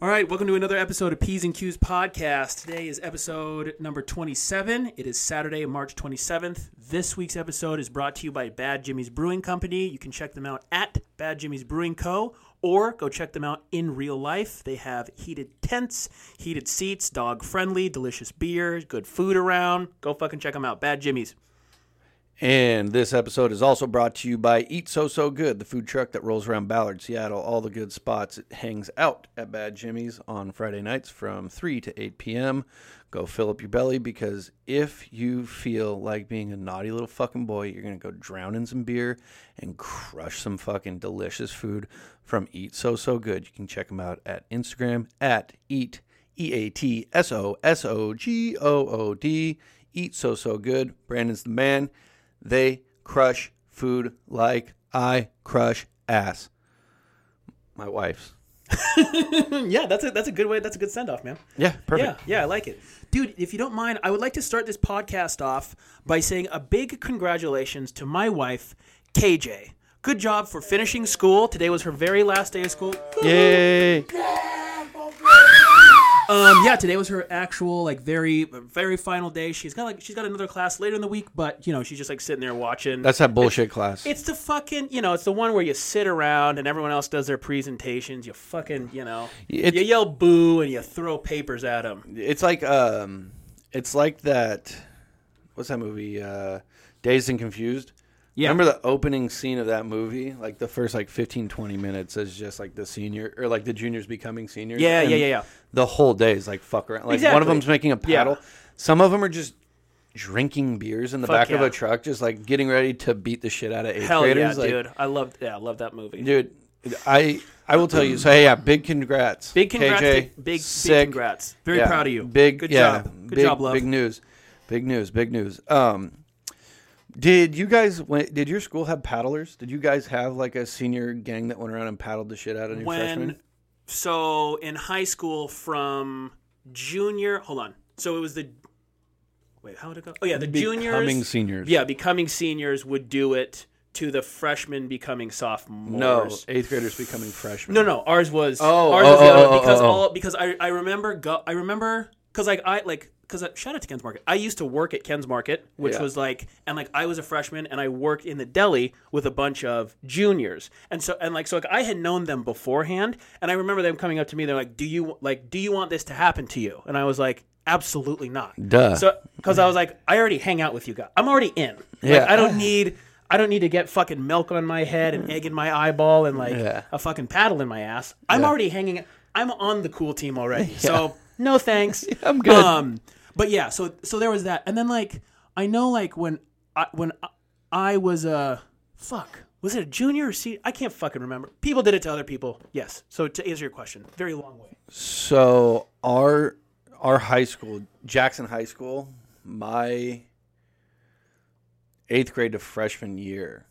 All right, welcome to another episode of P's and Q's podcast. Today is episode number 27. It is Saturday, March 27th. This week's episode is brought to you by Bad Jimmy's Brewing Company. You can check them out at Bad Jimmy's Brewing Co. or go check them out in real life. They have heated tents, heated seats, dog friendly, delicious beer, good food around. Go fucking check them out. Bad Jimmy's. And this episode is also brought to you by Eat So So Good, the food truck that rolls around Ballard, Seattle, all the good spots. It hangs out at Bad Jimmy's on Friday nights from 3 to 8 p.m. Go fill up your belly because if you feel like being a naughty little fucking boy, you're going to go drown in some beer and crush some fucking delicious food from Eat So So Good. You can check them out at Instagram at Eat E A T S O S O G O O D. Eat So So Good. Brandon's the man. They crush food like I crush ass. My wife's. Mm, yeah, that's a that's a good way. That's a good send off, man. Yeah, Yeah, yeah, I like it. Dude, if you don't mind, I would like to start this podcast off by saying a big congratulations to my wife, KJ. Good job for finishing school. Today was her very last day of school. Yay! Um, yeah, today was her actual like very very final day. She's got like she's got another class later in the week, but you know, she's just like sitting there watching. That's that bullshit class. it's the fucking, you know, it's the one where you sit around and everyone else does their presentations. You fucking, you know, It's- you yell boo and you throw papers at them. It's like um, it's like that. What's that movie? Uh, Dazed and Confused. Yeah. Remember the opening scene of that movie? Like the first like 15, 20 minutes is just like the senior or like the juniors becoming seniors. Yeah, yeah, and yeah, yeah. The whole day is like fuck around. Like one of Exactly. them's making a Yeah. paddle. Some of them are just drinking beers in the Fuck back of yeah. a truck, just like getting ready to beat the shit out of eighth Hell yeah, graders. like, dude. I love yeah, I love that movie. dude. I I will tell you. So hey, yeah, big congrats. Big congrats. KJ, big, big, big sick. congrats. Very Yeah, proud of you. Big, good yeah, job. Good big- job, love. Big news, big news, big news. Um, did you guys? Went, did your school have paddlers? Did you guys have like a senior gang that went around and paddled the shit out of your when freshmen? so in high school from junior hold on. So it was the wait, how would it go? Oh yeah, the juniors Becoming seniors. Yeah, becoming seniors would do it to the freshmen becoming No, sophomores. eighth graders becoming freshmen. No, no, ours was. Oh, ours oh, was the oh, other oh, oh, because oh. all because I I remember go, I remember because like I like because shout out to Ken's Market. I used to work at Ken's Market, which Yeah. was like and like I was a freshman and I worked in the deli with a bunch of juniors and so and like so like I had known them beforehand and I remember them coming up to me. They're like, "Do you like do you want this to happen to you?" And I was like. Absolutely not. Duh. So, because I was like, I already hang out with you guys. I'm already in. Like, Yeah. I don't need. I don't need to get fucking milk on my head and egg in my eyeball and like Yeah. a fucking paddle in my ass. I'm already hanging. I'm on the cool team already. So no thanks. I'm good. Um, but yeah, so so there was that, and then like I know like when I when I, I was a fuck was it a junior or senior? I can't fucking remember. People did it to other people. Yes. So to answer your question, very long way. So our our high school, Jackson High School, my eighth grade to freshman year,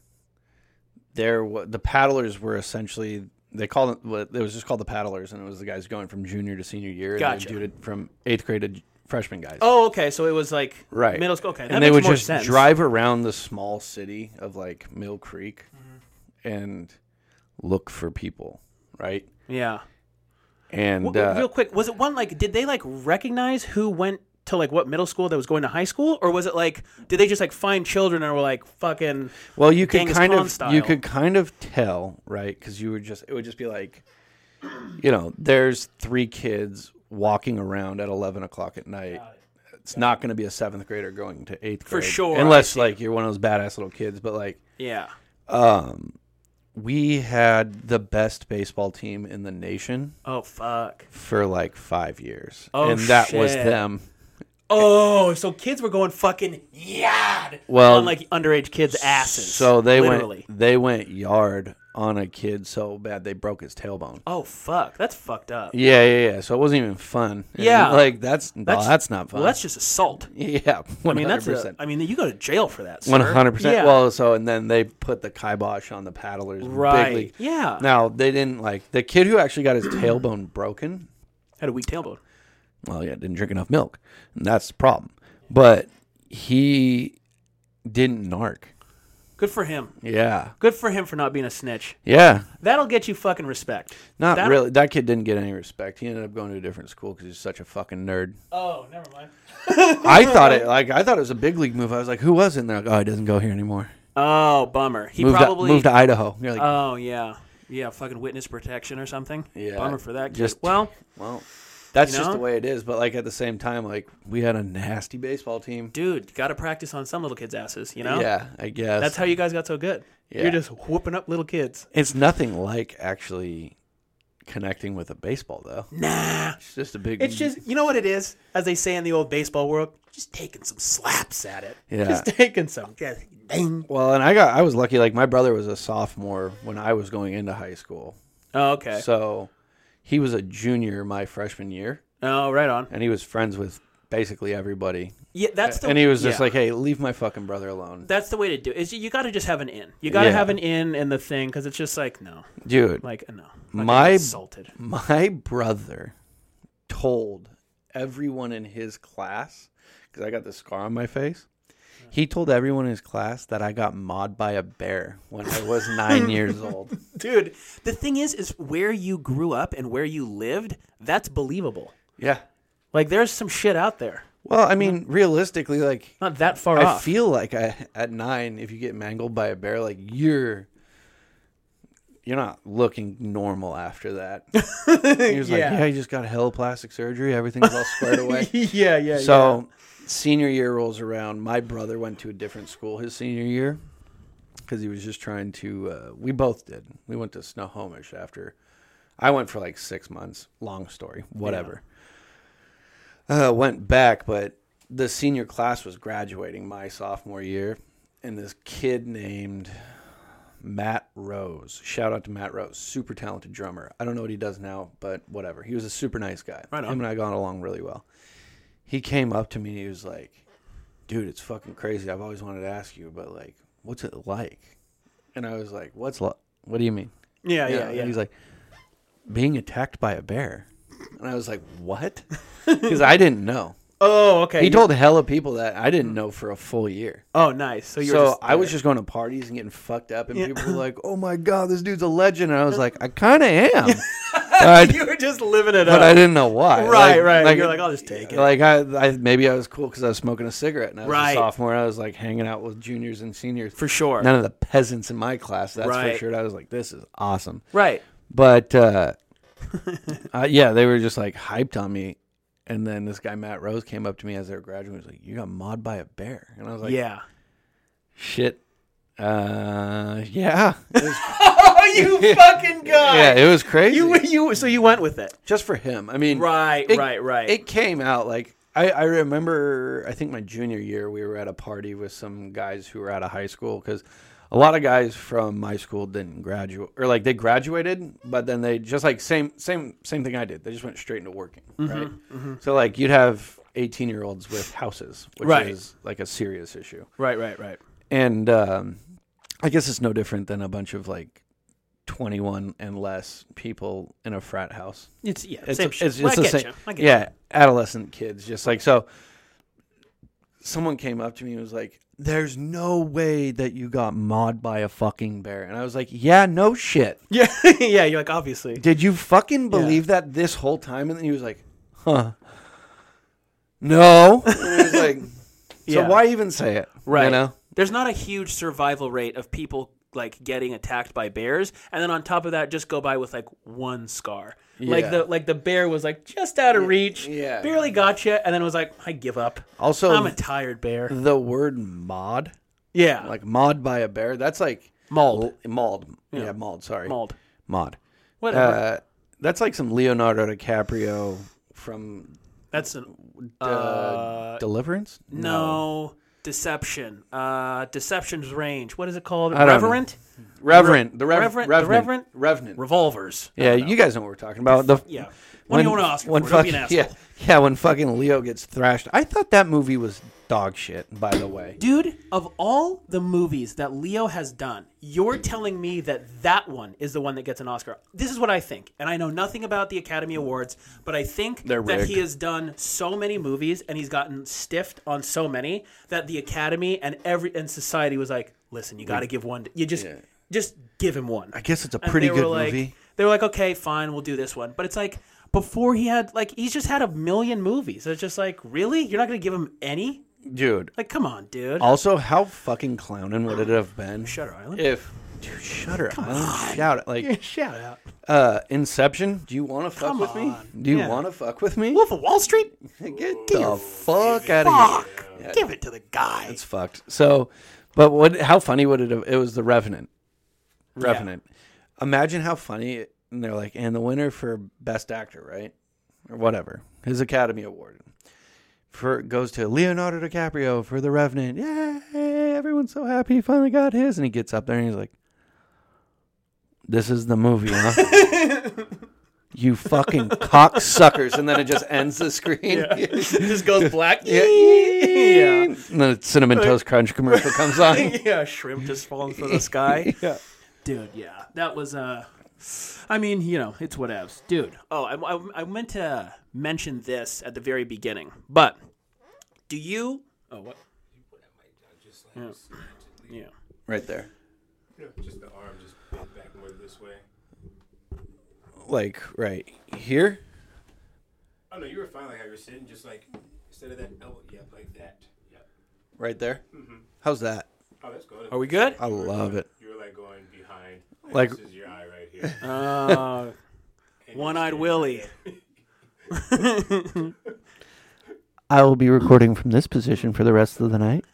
there wa the paddlers were essentially they called it what- it was just called the paddlers, and it was the guys going from junior to senior year, and Gotcha. they did it from eighth grade to j- freshman guys. Oh, okay. So it was like right, middle school. Okay, that and they makes would more just sense. drive around the small city of like Mill Creek, Mm-hmm. and look for people, right? Yeah. And W- uh, Real quick, was it one like did they like recognize who went to like what middle school that was going to high school, or was it like did they just like find children and were like fucking? Well, you could Genghis kind Khan of style. you could kind of tell, right? Because you would just it would just be like, you know, there's three kids walking around at eleven o'clock at night. It's not going to be a seventh grader going to eighth grade sure, I unless see. like you're one of those badass little kids. But like, Yeah. um, we had the best baseball team in the nation Oh fuck. for like five years, Oh, and that was shit. them. Oh, so kids were going fucking yad Well, on like underage kids' asses. so they literally. went they went yard on a kid so bad they broke his tailbone. Oh fuck, that's fucked up. Yeah, yeah, yeah. So it wasn't even fun. And, Yeah. like that's no, That's- that's, not fun. Well, that's just assault. yeah, I one mean, hundred that's a, percent. I mean, you go to jail for that. sir. One hundred Yeah. percent. Well, so and then they put the kibosh on the paddlers. big Right. league. Yeah. Now they didn't like the kid who actually got his tailbone broken. had a weak tailbone. Well, yeah, didn't drink enough milk, and that's the problem. But he didn't narc. Good for him. Yeah. Good for him for not being a snitch. Yeah. That'll get you fucking respect. Not That- really. That kid didn't get any respect. He ended up going to a different school because he's such a fucking nerd. Oh, never mind. I thought it like I thought it was a big league move. I was like, who was it? And they're like, oh, he doesn't go here anymore. Oh, bummer. He Moved, probably to, moved to Idaho. You're like, Oh yeah, yeah. Fucking witness protection or something. Yeah, Bummer for that. Kid. just- well, well, that's You just know? the way it is. But like at the same time, like we had a nasty baseball team. dude, got to practice on some little kids' asses. You know. Yeah, I guess That's how you guys got so good. Yeah. You're just whooping up little kids. It's nothing like actually connecting with a baseball though. Nah. It's just a big. It's just you know what it is, as they say in the old baseball world, just taking some slaps at it. Yeah. Just taking some. Just ding. well, and I got I was lucky. Like my brother was a sophomore when I was going into high school, Oh, okay. so he was a junior my freshman year, oh, right on. and he was friends with basically everybody. Yeah, that's the and he was just yeah. like, "Hey, leave my fucking brother alone, that's the way to do it. Is you got to just have an in. You got to Yeah. have an in in the thing because it's just like no, dude." like no. I'm not gonna My- get insulted. My brother told everyone in his class because I got the scar on my face. He told everyone in his class that I got mauled by a bear when I was nine years old. dude the thing is is where you grew up and where you lived that's believable Yeah. like there's some shit out there Well, I mean, realistically, like not that far I off feel like I, at nine, if you get mangled by a bear, like you're you're not looking normal after that. he was Yeah. like, "Yeah, you just got hell plastic surgery. Everything's all squared away." yeah yeah So senior year rolls around. My brother went to a different school his senior year because he was just trying to. Uh, we both did. We went to Snohomish after. I went for like six months. Long story. Whatever. Uh, went back, but the senior class was graduating my sophomore year, and this kid named Matt Rose. Shout out to Matt Rose, super talented drummer. I don't know what he does now, but whatever. He was a super nice guy. Right on. Him and I got along really well. He came up to me and he was like, "Dude, it's fucking crazy. I've always wanted to ask you, but like, what's it like?" And I was like, "What's lo- what do you mean?" yeah yeah And yeah, He's like, "Being attacked by a bear." And I was like, "What?" Because I didn't know. oh okay He told hella people that I didn't know for a full year. oh nice so you're So just I was just going to parties and getting fucked up, and Yeah. people were like, "Oh my god, this dude's a legend!" And I was like, "I kind of am," but, you were just living it but up I didn't know why. Right, right. You're like, "I'll just take it." Like I, I maybe I was cool because I was smoking a cigarette, and I was Right. a sophomore, and I was like hanging out with juniors and seniors. for sure None of the peasants in my class. That's Right. for sure. And I was like, "This is awesome." right But uh, uh, yeah, they were just like hyped on me. And then this guy Matt Rose came up to me as they were graduating. He was like, "You got mod by a bear," and I was like, yeah shit. Uh, yeah, It was- oh you fucking god yeah, it was crazy. you you so you went with it Just for him. I mean, right it- right right It came out like I, I remember. I think my junior year, we were at a party with some guys who were out of high school because a lot of guys from my school didn't graduate or like they graduated, but then they just like same same same thing I did. They just went straight into working, Mm-hmm, right? So like you'd have eighteen year olds with houses, which Right. is like a serious issue. right right right and um, I guess it's no different than a bunch of like twenty-one and less people in a frat house. it's yeah It's same it's shit. just Well, I the get same. you. I get yeah, adolescent kids, just like so. Someone came up to me and was like, "There's no way that you got mauled by a fucking bear," and I was like, "Yeah, no shit. you. yeah yeah you're like obviously Did you fucking believe that this whole time?" And then he was like, "Huh." No, and I was like, "So Yeah. why even say it?" Right. You know? There's not a huge survival rate of people like getting attacked by bears, and then on top of that, just go by with like one scar. Like Yeah. the like the bear was like just out of reach, yeah. barely got you, and then was like, I give up. Also, I'm a tired bear. the word mod, Yeah, like like mod by a bear, that's like Mauled. L- mauled. Yeah, mauled. Sorry, mauled. Mod. Whatever. Uh, that's like some Leonardo DiCaprio from That's an uh, Uh, Deliverance. no deception. Uh, deception's range. What is it called? don't know. Reverent Reverend, the Rev- Reverend- Reverend, the Reverend? Revenant. revolvers. yeah, you guys know what we're talking about. The Yeah. What do you want to ask for? when Don't be an fucking- asshole. yeah, yeah, when fucking Leo gets thrashed. I thought that movie was dog shit. By the way, Dude, of all the movies that Leo has done, you're telling me that that one is the one that gets an Oscar. This is what I think, and I know nothing about the Academy Awards, but I think They're that he rigged. has done so many movies and he's gotten stiffed on so many that the Academy and every and society was like, listen, you got to give one. To, you just Yeah. just give him one. I guess it's a And pretty they good were like, movie. They were like, okay, fine, we'll do this one. But it's like before he had like he's just had a million movies. It's just like really, you're not gonna give him any? Dude, Like, come on, dude. also, how fucking clowning would it have been Shutter Island. if. Dude, Shutter Island. Shout it. Like, Shout out. uh, Inception, do you want to fuck Come with me? on. Do you Yeah. want to fuck with me? Wolf of Wall Street. Get the fuck out of Fuck. here. Give it to the guy. It's fucked. So, but what? How funny would it have? It was the Revenant. Revenant. Imagine how funny. it- And they're like, and the winner for best actor, right, or whatever, his Academy Award, for goes to Leonardo DiCaprio for the Revenant. Yay! Everyone's so happy he finally got his, and he gets up there and he's like, "This is the movie, huh?" You fucking cocksuckers! And then it just ends the screen. just goes black. Yeah. yeah. And then a cinnamon toast crunch commercial comes on. yeah, shrimp just falling from the sky. yeah. Dude, yeah, that was uh, I mean, you know, it's whatevs, dude. Oh, I, I, I meant to mention this at the very beginning, but do you? Oh, what? Yeah. yeah. Right there. Yeah, just the arm just bent back more this way. Like right here. Oh no, you were fine like how you were sitting, just like instead of that elbow, yeah, like that. Yep. Right there. How's that? Oh, that's good. Are we good? I love it. You were like going behind. Like- Like this is your eye right here. Uh, And you one-eyed just- Willie. I will be recording from this position for the rest of the night.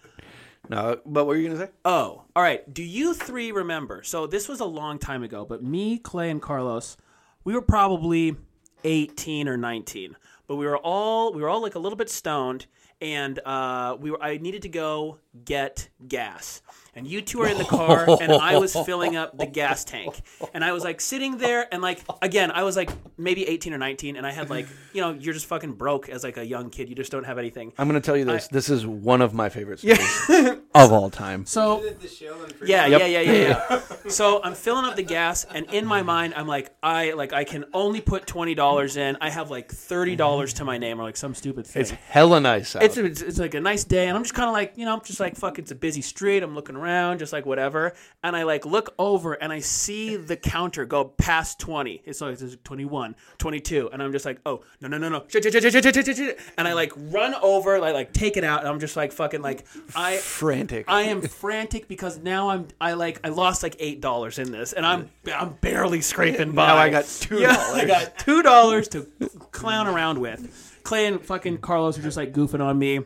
No, but what were you gonna say? Oh, all right. Do you three remember? So this was a long time ago, but me, Clay, and Carlos, we were probably eighteen or nineteen, but we were all we were all like a little bit stoned, and uh, we were. I needed to go get gas, and you two were in the car, and I was filling up the gas tank, and I was like sitting there, and like again, I was like maybe eighteen or nineteen, and I had like you know you're just fucking broke as like a young kid, you just don't have anything. I'm gonna tell you this. this is one of my favorite stories of all time. So Did the shell and Yeah, Yep. yeah, yeah, yeah, yeah. so I'm filling up the gas, and in my mind, I'm like, I like, I can only put twenty dollars in. I have like thirty dollars to my name, or like some stupid thing. It's hella nice out. It's, it's, it's like a nice day, and I'm just kind of like, you know, I'm just like, fuck, it's a busy street. I'm looking around, just like whatever. And I like look over and I see the counter go past 20. It's like, it's 21, 22. And I'm just like, oh, no, no, no, no. Shit, shit, shit, shit, shit, shit, shit, shit. And I like run over, like, like take it out, and I'm just like, fucking, like, I. frantic. I am frantic because now I'm I like I lost like eight dollars in this and I'm I'm barely scraping by. Now I got $2. Yeah, I got two dollars to clown around with. Clay and fucking Carlos are just like goofing on me.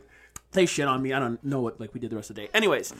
They shit on me. I don't know what like we did the rest of the day. Anyways,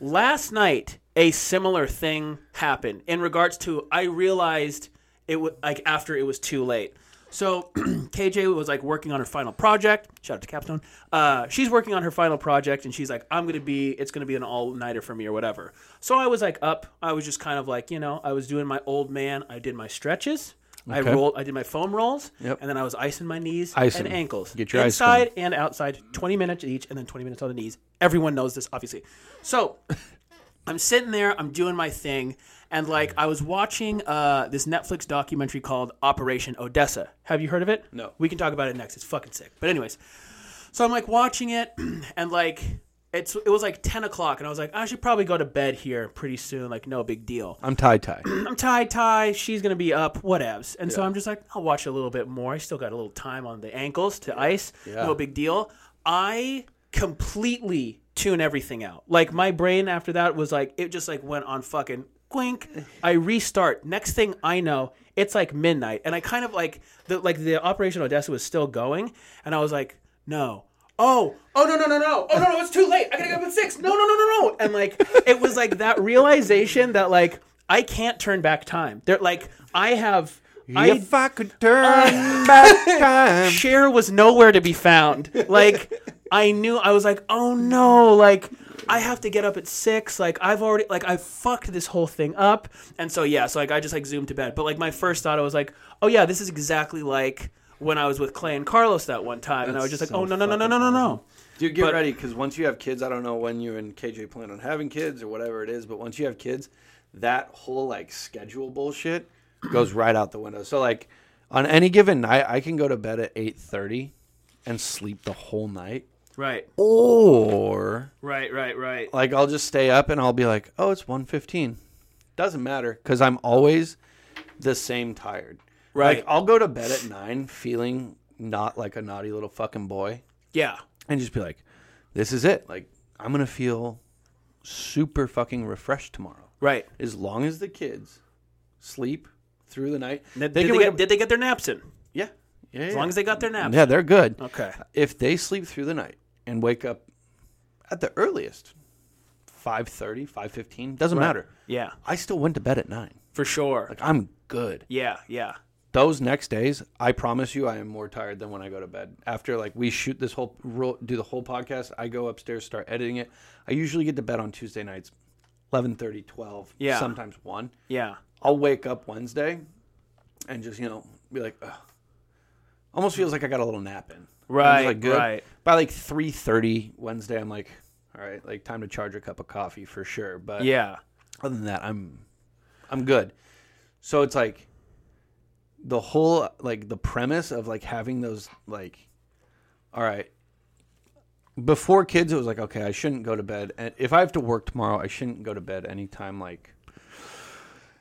last night a similar thing happened in regards to I realized it was like after it was too late. So KJ was like working on her final project. Shout out to Capstone. Uh, she's working on her final project, and she's like, "I'm gonna be. It's gonna be an all nighter for me, or whatever." So I was like up. I was just kind of like, you know, I was doing my old man. I did my stretches. I Okay. rolled. I did my foam rolls, Yep. and then I was icing my knees Icing. and ankles. Get your ice going. inside and outside. Twenty minutes each, and then twenty minutes on the knees. Everyone knows this, obviously. So I'm sitting there, I'm doing my thing, and like I was watching uh, this Netflix documentary called Operation Odessa. Have you heard of it? No. We can talk about it next. It's fucking sick. But anyways, so I'm like watching it, and like it's it was like 10 o'clock, and I was like, I should probably go to bed here pretty soon. Like no big deal. I'm tie tie. I'm tie tie. She's gonna be up. Whatevs. And so I'm just like, I'll watch a little bit more. I still got a little time on the ankles to ice. No big deal. I completely tune everything out. Like my brain after that was like, it just like went on fucking quink. I restart. Next thing I know, it's like midnight, and I kind of like the like the Operation Odessa was still going, and I was like, no. Oh, oh no no no no! Oh no no! It's too late. I gotta get up at six. No no no no no! And like it was like that realization that like I can't turn back time. They're like I have. I if I could turn back time. share was nowhere to be found. Like I knew I was like, oh no, like I have to get up at six. Like I've already like I fucked this whole thing up. And so yeah, so like I just like zoomed to bed. But like my first thought I was like, oh yeah, this is exactly like when I was with Clay and Carlos that one time. and I was just like, so oh no no no no no no no. Dude, get But- ready because once you have kids, I don't know when you and KJ plan on having kids or whatever it is, but once you have kids, that whole like schedule bullshit goes right out the window. So like on any given night, I can go to bed at eight thirty and sleep the whole night, Right. Or Right. Right. Right. like I'll just stay up and I'll be like, "Oh, it's 1:15." Doesn't matter cuz I'm always the same tired. Right. Like I'll go to bed at 9 feeling not like a naughty little fucking boy Yeah. and just be like, "This is it. Like I'm going to feel super fucking refreshed tomorrow." Right. As long as the kids sleep through the night. Did can they, wake get, up- did they get their naps in? yeah. Yeah. As long as they got their naps. Yeah, they're good. Okay. If they sleep through the night and wake up at the earliest 5:30, 5:15, doesn't matter. Yeah. I still went to bed at 9. For sure. Like I'm good. Yeah. Yeah. Those next days, I promise you I am more tired than when I go to bed. After like we shoot this whole ro- do the whole podcast, I go upstairs start editing it. I usually get to bed on Tuesday nights 11:30, 12, Yeah. sometimes 1. Yeah. I'll wake up Wednesday and just, you know, be like, Ugh. almost feels like I got a little nap in. I'm Right, just, like, good. right. By like 3.30 Wednesday, I'm like, all right, like time to charge a cup of coffee for sure. But Yeah. other than that, I'm, I'm good. So it's like the whole, like the premise of like having those, like, all right, before kids, it was like, okay, I shouldn't go to bed. And if I have to work tomorrow, I shouldn't go to bed anytime like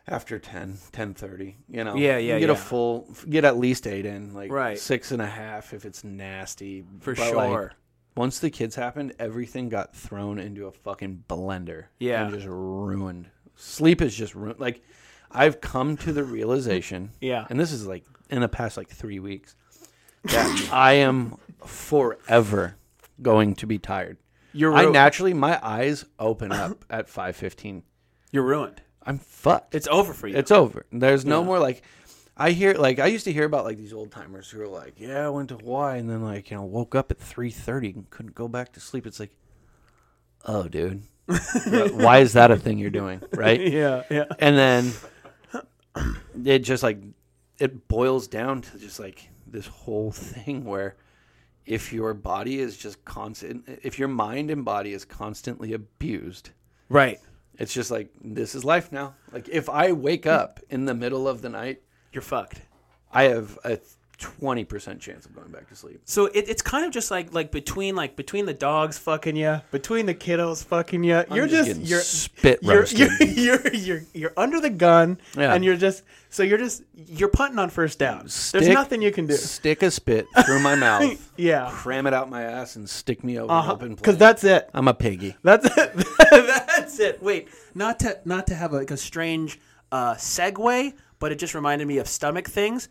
after 10, 10.30, you know? Yeah, yeah, Get yeah. a full, get at least eight in, like Right. six and a half if it's nasty. For But, like, sure. once the kids happened, everything got thrown into a fucking blender. Yeah. And just ruined. Sleep is just ruined. Like, I've come to the realization. Yeah. And this is like in the past like three weeks that I am forever going to be tired. You're I ru- naturally my eyes open up at five fifteen. You're ruined. I'm fucked. It's over for you. It's over. There's no more like I hear like I used to hear about like these old timers who are like, Yeah, I went to Hawaii and then like, you know, woke up at three thirty and couldn't go back to sleep. It's like Oh dude. Why is that a thing you're doing? Right? yeah. Yeah. and then it just like it boils down to just like this whole thing where if your body is just constant if your mind and body is constantly abused Right. it's just like this is life now like if i wake up in the middle of the night You're fucked. i have a 20% chance of going back to sleep So it, it's kind of just like like between like between the dogs fucking you, between the kiddos fucking you. You're just, just getting you're spit you're, roasted. you're, you're you're you're under the gun, Yeah. and you're just so you're just you're punting on first down. There's Stick- nothing you can do. stick a spit through my mouth Yeah. Uh-huh. cram it out my ass and stick me over an open Because place that's it. i'm a piggy That's it. That's it. Wait, not to not to have like a strange uh, segue, but it just reminded me of stomach things.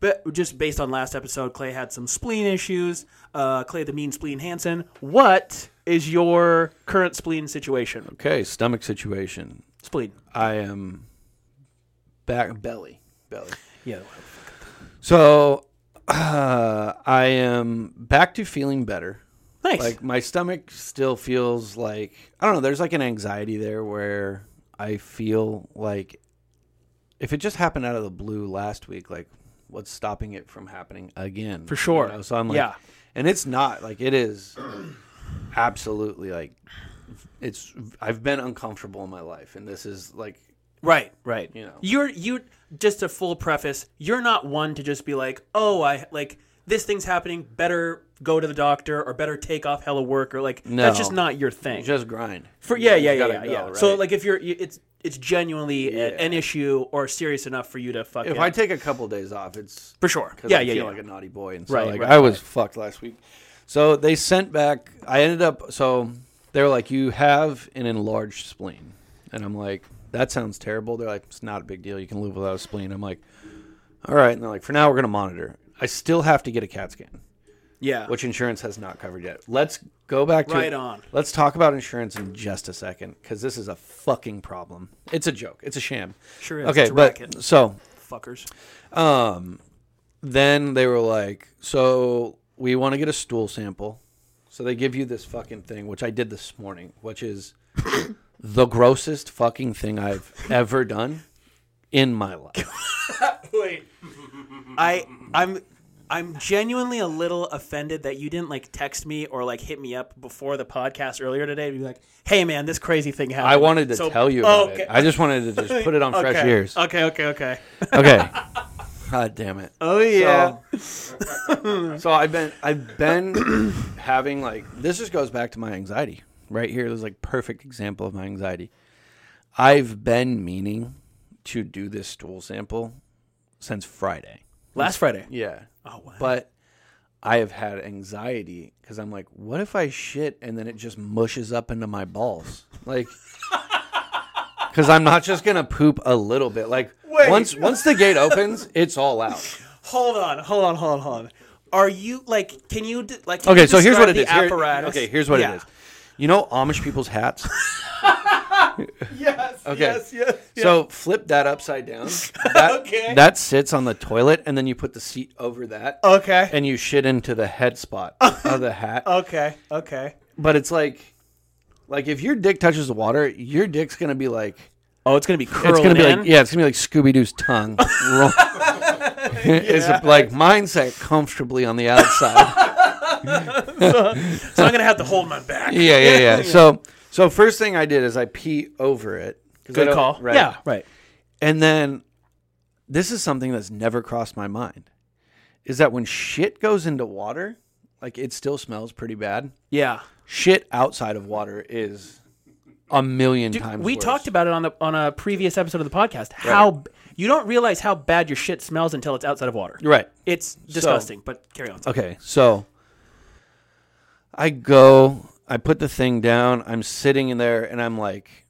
But just based on last episode, Clay had some spleen issues. Uh, Clay, the mean spleen Hansen. What is your current spleen situation? okay stomach situation Spleen. I am back belly belly. Yeah. So uh, I am back to feeling better. Nice. Like my stomach still feels like I don't know. There's like an anxiety there where I feel like if it just happened out of the blue last week, like what's stopping it from happening again? For sure. So I'm like, Yeah. and it's not like it is absolutely like it's. I've been uncomfortable in my life, and this is like right. Right. You know. You're you just a full preface. You're not one to just be like, oh, I like this thing's happening. Better go to the doctor or better take off hella work or like that's just not your thing. just grind. For yeah, yeah, You yeah, gotta yeah. go, yeah. right? So like, if you're, you- it's it's genuinely a- Yeah. an issue or serious enough for you to fuck. if it. I take a couple days off, it's for sure. 'cause Yeah, I yeah, feel yeah. like a naughty boy, and so Right, like right, I was fucked last week. So they sent back. I ended up. So they were like, "You have an enlarged spleen," and I'm like, "That sounds terrible." They're like, "It's not a big deal. You can live without a spleen." I'm like, "All right." And they're like, "For now, we're gonna monitor." I still have to get a CAT scan, yeah. which insurance has not covered yet. Let's go back to Right on. Let's talk about insurance in just a second because this is a fucking problem. It's a joke. It's a sham. Sure is. Okay, It's a but racket. so fuckers. then they were like, "So we want to get a stool sample." So they give you this fucking thing, which I did this morning, which is the grossest fucking thing I've ever done in my life. Wait, I I'm I'm genuinely a little offended that you didn't like text me or like hit me up before the podcast earlier today to be like, hey man, this crazy thing happened. I wanted to So- oh, tell you about okay. it. I just wanted to just put it on fresh okay. ears. Okay, okay, okay. Okay. God damn it. Oh So, so I've been I've been having like this just goes back to my anxiety. Right here this is like perfect example of my anxiety. I've been meaning to do this stool sample since Friday. Last Friday. Yeah. Oh wow. But I have had anxiety because I'm like, what if I shit and then it just mushes up into my balls? Like, because I'm not just gonna poop a little bit. Like, Wait. once once the gate opens, it's all out. Hold on, hold on, hold on, hold on. Are you like? Can you d- like? can Okay, you so here's describe what it the is. Here- Apparatus. okay, here's what Yeah. it is. You know Amish people's hats. Yes. Okay. Yes. Yes. yes. So flip that upside down. That, Okay. Oh. That sits on the toilet, and then you put the seat over that, okay. and you shit into the head spot of the hat. okay. Okay. but it's like like if your dick touches the water, your dick's gonna be like Oh, it's gonna be curling it's gonna be in. like yeah, it's gonna be like Scooby Doo's tongue. Roll- It's like mine sat comfortably on the outside. So I'm gonna have to hold my back. yeah, yeah, yeah. So so first thing I did is I pee over it. 'Cause I Good don't- call. Right. Yeah. Right. And then this is something that's never crossed my mind. Is that when shit goes into water, like it still smells pretty bad. Yeah. Shit outside of water is a million times we worse. talked about it on the on a previous episode of the podcast. How b- you don't realize how bad your shit smells until it's outside of water. right. It's disgusting. but carry on. Okay, so I go, I put the thing down, I'm sitting in there, and I'm like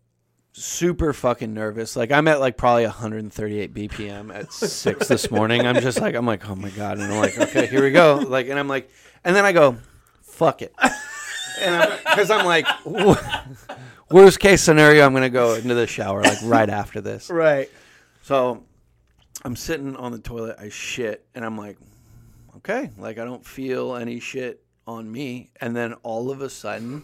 super fucking nervous. Like I'm at like probably 138 BPM at six this morning. I'm just like, I'm like, oh my god, and I'm like, okay, here we go. Like, and I'm like, and then I go, fuck it, and because I'm, like. Worst case scenario, I'm gonna go into the shower like right after this. Right. So I'm sitting on the toilet, I shit, and I'm like, okay, like I don't feel any shit on me. And then all of a sudden,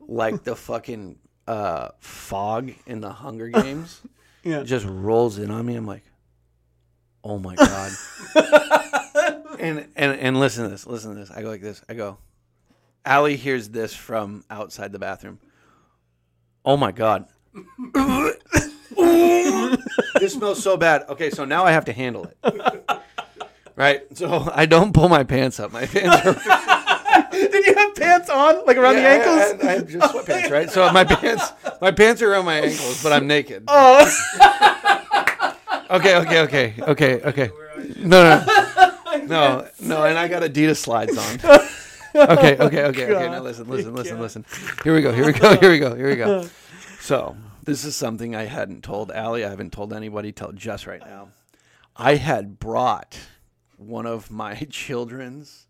like the fucking uh, fog in the Hunger Games Yeah. just rolls in on me. I'm like, oh my God. and, and and listen to this, listen to this. I go like this. I go, Allie hears this from outside the bathroom. Oh my God. this smells so bad. Okay, so now I have to handle it. Right? So I don't pull my pants up. My pants are Did you have pants on, like around Yeah, I- I, I have just sweatpants, right? So my pants my pants are around my ankles, but I'm naked. Oh, Okay, okay, okay, okay, okay. No, no, no, no, and I got Adidas slides on. Okay, okay, okay, okay. Now listen, listen, listen, listen. Here we go, here we go, here we go, here we go. So this is something I hadn't told Allie. I haven't told anybody till just right now. I had brought one of my children's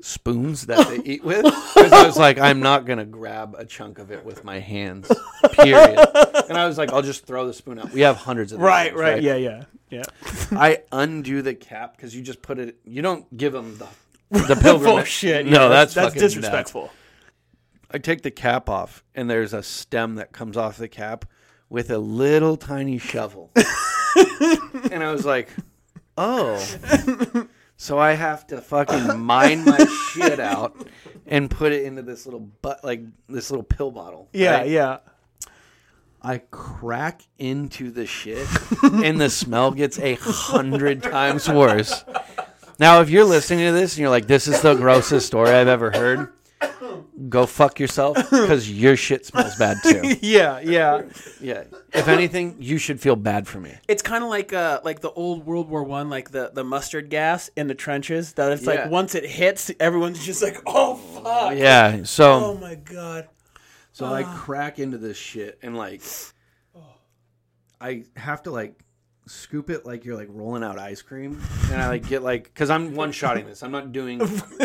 spoons that they eat with because I was like, I'm not gonna grab a chunk of it with my hands. Period. And I was like, I'll just throw the spoon out. We have hundreds of these right, things, right. Yeah, yeah, yeah. I undo the cap because you just put it. You don't give them the the pilgrim. Bullshit. No, Yeah, that's that's fucking disrespectful. nuts. I take the cap off, and there's a stem that comes off the cap with a little tiny shovel. and I was like, oh, so I have to fucking mine my shit out and put it into this little butt, like this little pill bottle. Yeah, right? yeah. I crack into the shit, and the smell gets a hundred times worse. Now, if you're listening to this and you're like, "This is the grossest story I've ever heard," go fuck yourself because your shit smells bad too. Yeah, yeah. Yeah. If anything, you should feel bad for me. It's kind of like uh, like the old World War One, like the, the mustard gas in the trenches. That it's Yeah. like once it hits, everyone's just like, oh fuck, Yeah. oh So, my god. so I crack into this shit and like, I have to like scoop it like you're like rolling out ice cream, and I like get like because I'm one shotting this. I'm not doing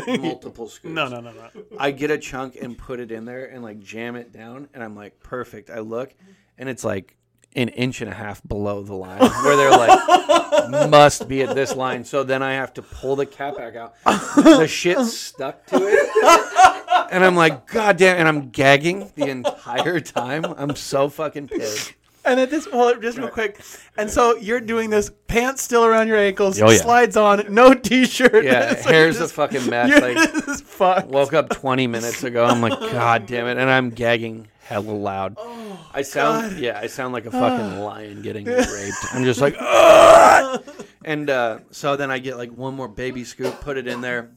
multiple scoops. No, no, no, no. I get a chunk and put it in there and like jam it down, and I'm like, perfect. I look, and it's like an inch and a half below the line where they're like, must be at this line. So then I have to pull the cap back out. The shit's stuck to it. And I'm like, God damn. And I'm gagging the entire time. I'm so fucking pissed. And at this, well, just real quick. And so you're doing this, pants still around your ankles, Oh, yeah. slides on, no t-shirt. Yeah, It's like hair's just- a fucking mess. you're Like, just fucked. woke up 20 minutes ago. I'm like, God damn it. And I'm gagging hella loud. Oh, I sound yeah, I sound like a fucking lion getting raped. I'm just like, "Ah!" and uh, so then I get like one more baby scoop, put it in there,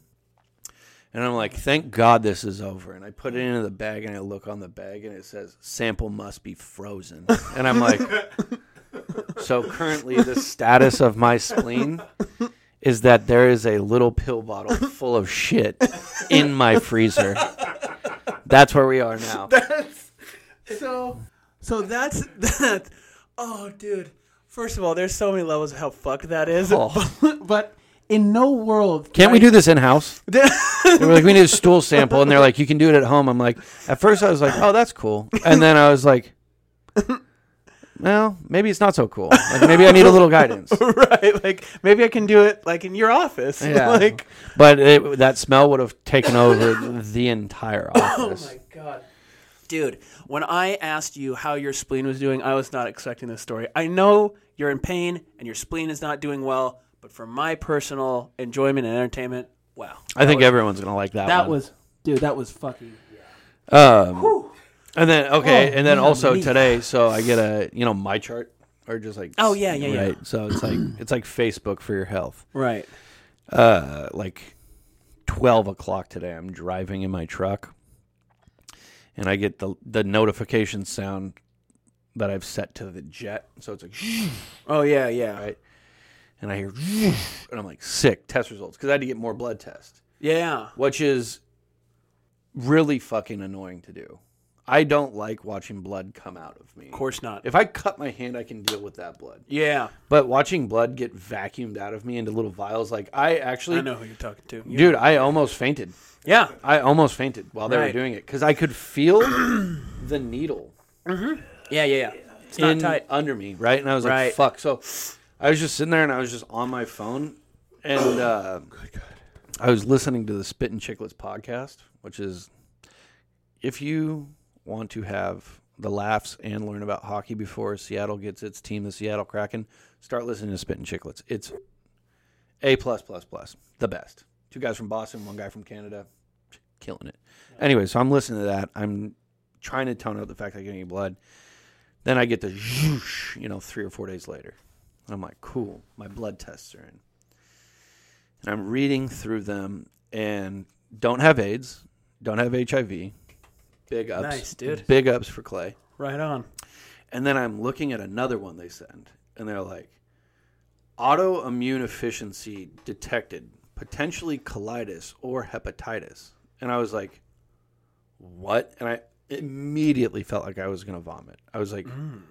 and I'm like, thank God this is over. And I put it into the bag, and I look on the bag, and it says sample must be frozen, and I'm like. So currently, the status of my spleen is that there is a little pill bottle full of shit in my freezer. That's where we are now. So, so that's that. Oh, dude. First of all, there's so many levels of how fucked that is. Oh. But, but in no world Can't we do this in house? do. They were like, we need a stool sample, and they're like, you can do it at home. I'm like, at first I was like, oh, that's cool, and then I was like, well, maybe it's not so cool. Like maybe I need a little guidance. right? Like maybe I can do it like in your office. Yeah. Like but it, that smell would have taken over the entire office. god. Dude, when I asked you how your spleen was doing, I was not expecting this story. I know you're in pain and your spleen is not doing well, but for my personal enjoyment and entertainment, wow. I think everyone's gonna like that. That one. was dude, that was fucking Um, and then okay, Oh, and then also man. today, so I get a you know my chart or just like Oh, yeah, yeah, yeah. right. So it's like it's like Facebook for your health. Right. Uh, like twelve o'clock today, I'm driving in my truck, and I get the the notification sound that I've set to the jet. So it's like Oh yeah, yeah. right, and I hear and I'm like sick test results because I had to get more blood tests Yeah. which is really fucking annoying to do. I don't like watching blood come out of me. Of course not. If I cut my hand, I can deal with that blood. yeah. But watching blood get vacuumed out of me into little vials, like I actually, I know who you're talking to. You- dude, I almost fainted. yeah. I almost fainted while they were Right. doing it because I could feel the needle Yeah, yeah, yeah. It's not in- tight. under me, right? And I was Right. like, "Fuck!" So I was just sitting there and I was just on my phone, and uh, I was listening to the Spit and Chicklets podcast, which is if you want to have the laughs and learn about hockey before Seattle gets its team, the Seattle Kraken, start listening to Spit and Chicklets. It's a plus plus plus, the best. Two guys from Boston, one guy from Canada, killing it. Anyway, so I'm listening to that. I'm trying to tone out the fact that I'm getting blood. Then I get the zhoosh, you know, three or four days later. And I'm like, cool, my blood tests are in. And I'm reading through them and don't have AIDS, don't have HIV. Big ups. Nice, dude. Big ups for Clay. Right on. And then I'm looking at another one they send, and they're like, autoimmune efficiency detected, potentially colitis or hepatitis. And I was like, what? And I immediately felt like I was going to vomit. I was like, Mm.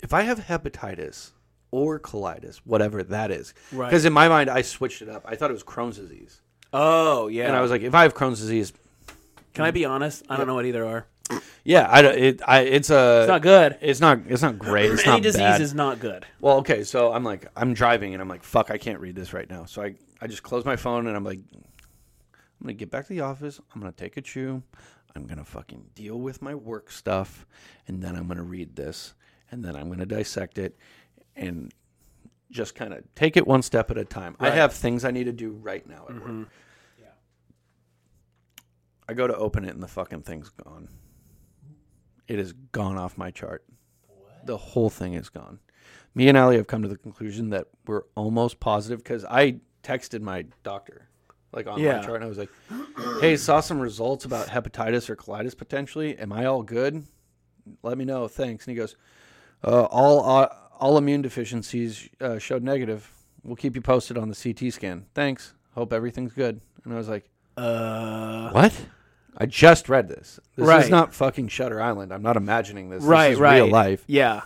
if I have hepatitis or colitis, whatever that is, Right. because in my mind, I switched it up. I thought it was Crohn's disease. Oh, yeah. And I was like, if I have Crohn's disease, Can I be honest? I don't know what either are. yeah, I, don't- it, I, it's a. It's not good. It's not. It's not great. It's Any not disease bad. is not good. Well, okay, so I'm like, I'm driving and I'm like, fuck, I can't read this right now. So I, I just close my phone and I'm like, I'm gonna get back to the office. I'm gonna take a chew. I'm gonna fucking deal with my work stuff, and then I'm gonna read this, and then I'm gonna dissect it, and just kind of take it one step at a time. I have things I need to do right now at work. I go to open it and the fucking thing's gone. It is gone off my chart. The whole thing is gone. Me and Ali have come to the conclusion that we're almost positive because I texted my doctor, like on Yeah. my chart, and I was like, "Hey, saw some results about hepatitis or colitis potentially. Am I all good? Let me know. Thanks." And he goes, uh, "All uh, all immune deficiencies uh, showed negative. We'll keep you posted on the CT scan. Thanks. Hope everything's good." And I was like, Uh, what? I just read this. This Right. is not fucking Shutter Island. I'm not imagining this. right, this is right. Real life. Yeah.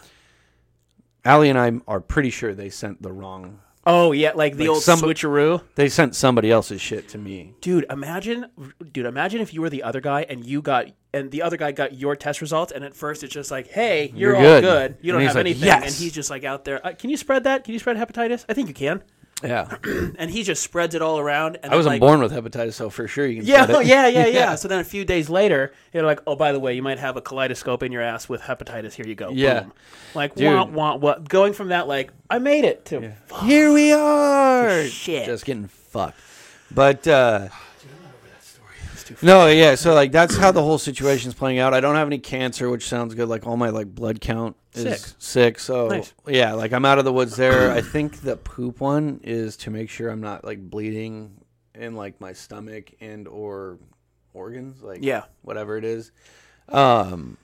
Allie and I are pretty sure they sent the wrong. Oh yeah, like the Like old some- switcheroo. They sent somebody else's shit to me. Dude, imagine, dude, imagine if you were the other guy and you got and the other guy got your test results, and at first it's just like, hey, you're, You're all good. good. You And don't he's have like, anything, "Yes." and he's just like out there. Uh, can you spread that? Can you spread hepatitis? I think you can. Yeah, And he just spreads it all around. And I wasn't like, born with hepatitis, so for sure you can. Yeah, spread it. yeah, yeah, yeah. So then a few days later, you're like, oh, by the way, you might have a kaleidoscope in your ass with hepatitis. Here you go. Yeah. Boom. Like, Dude. want, want, what? Going from that, like, I made it to fuck Here we are. shit. Just getting fucked. But uh, that's too. No, yeah. So like that's how the whole situation's playing out. I don't have any cancer, which sounds good. Like all my like blood count is Sick. sick. So Nice. yeah, like I'm out of the woods there. I think the poop one is to make sure I'm not like bleeding in like my stomach and or organs, like Yeah. whatever it is. Um,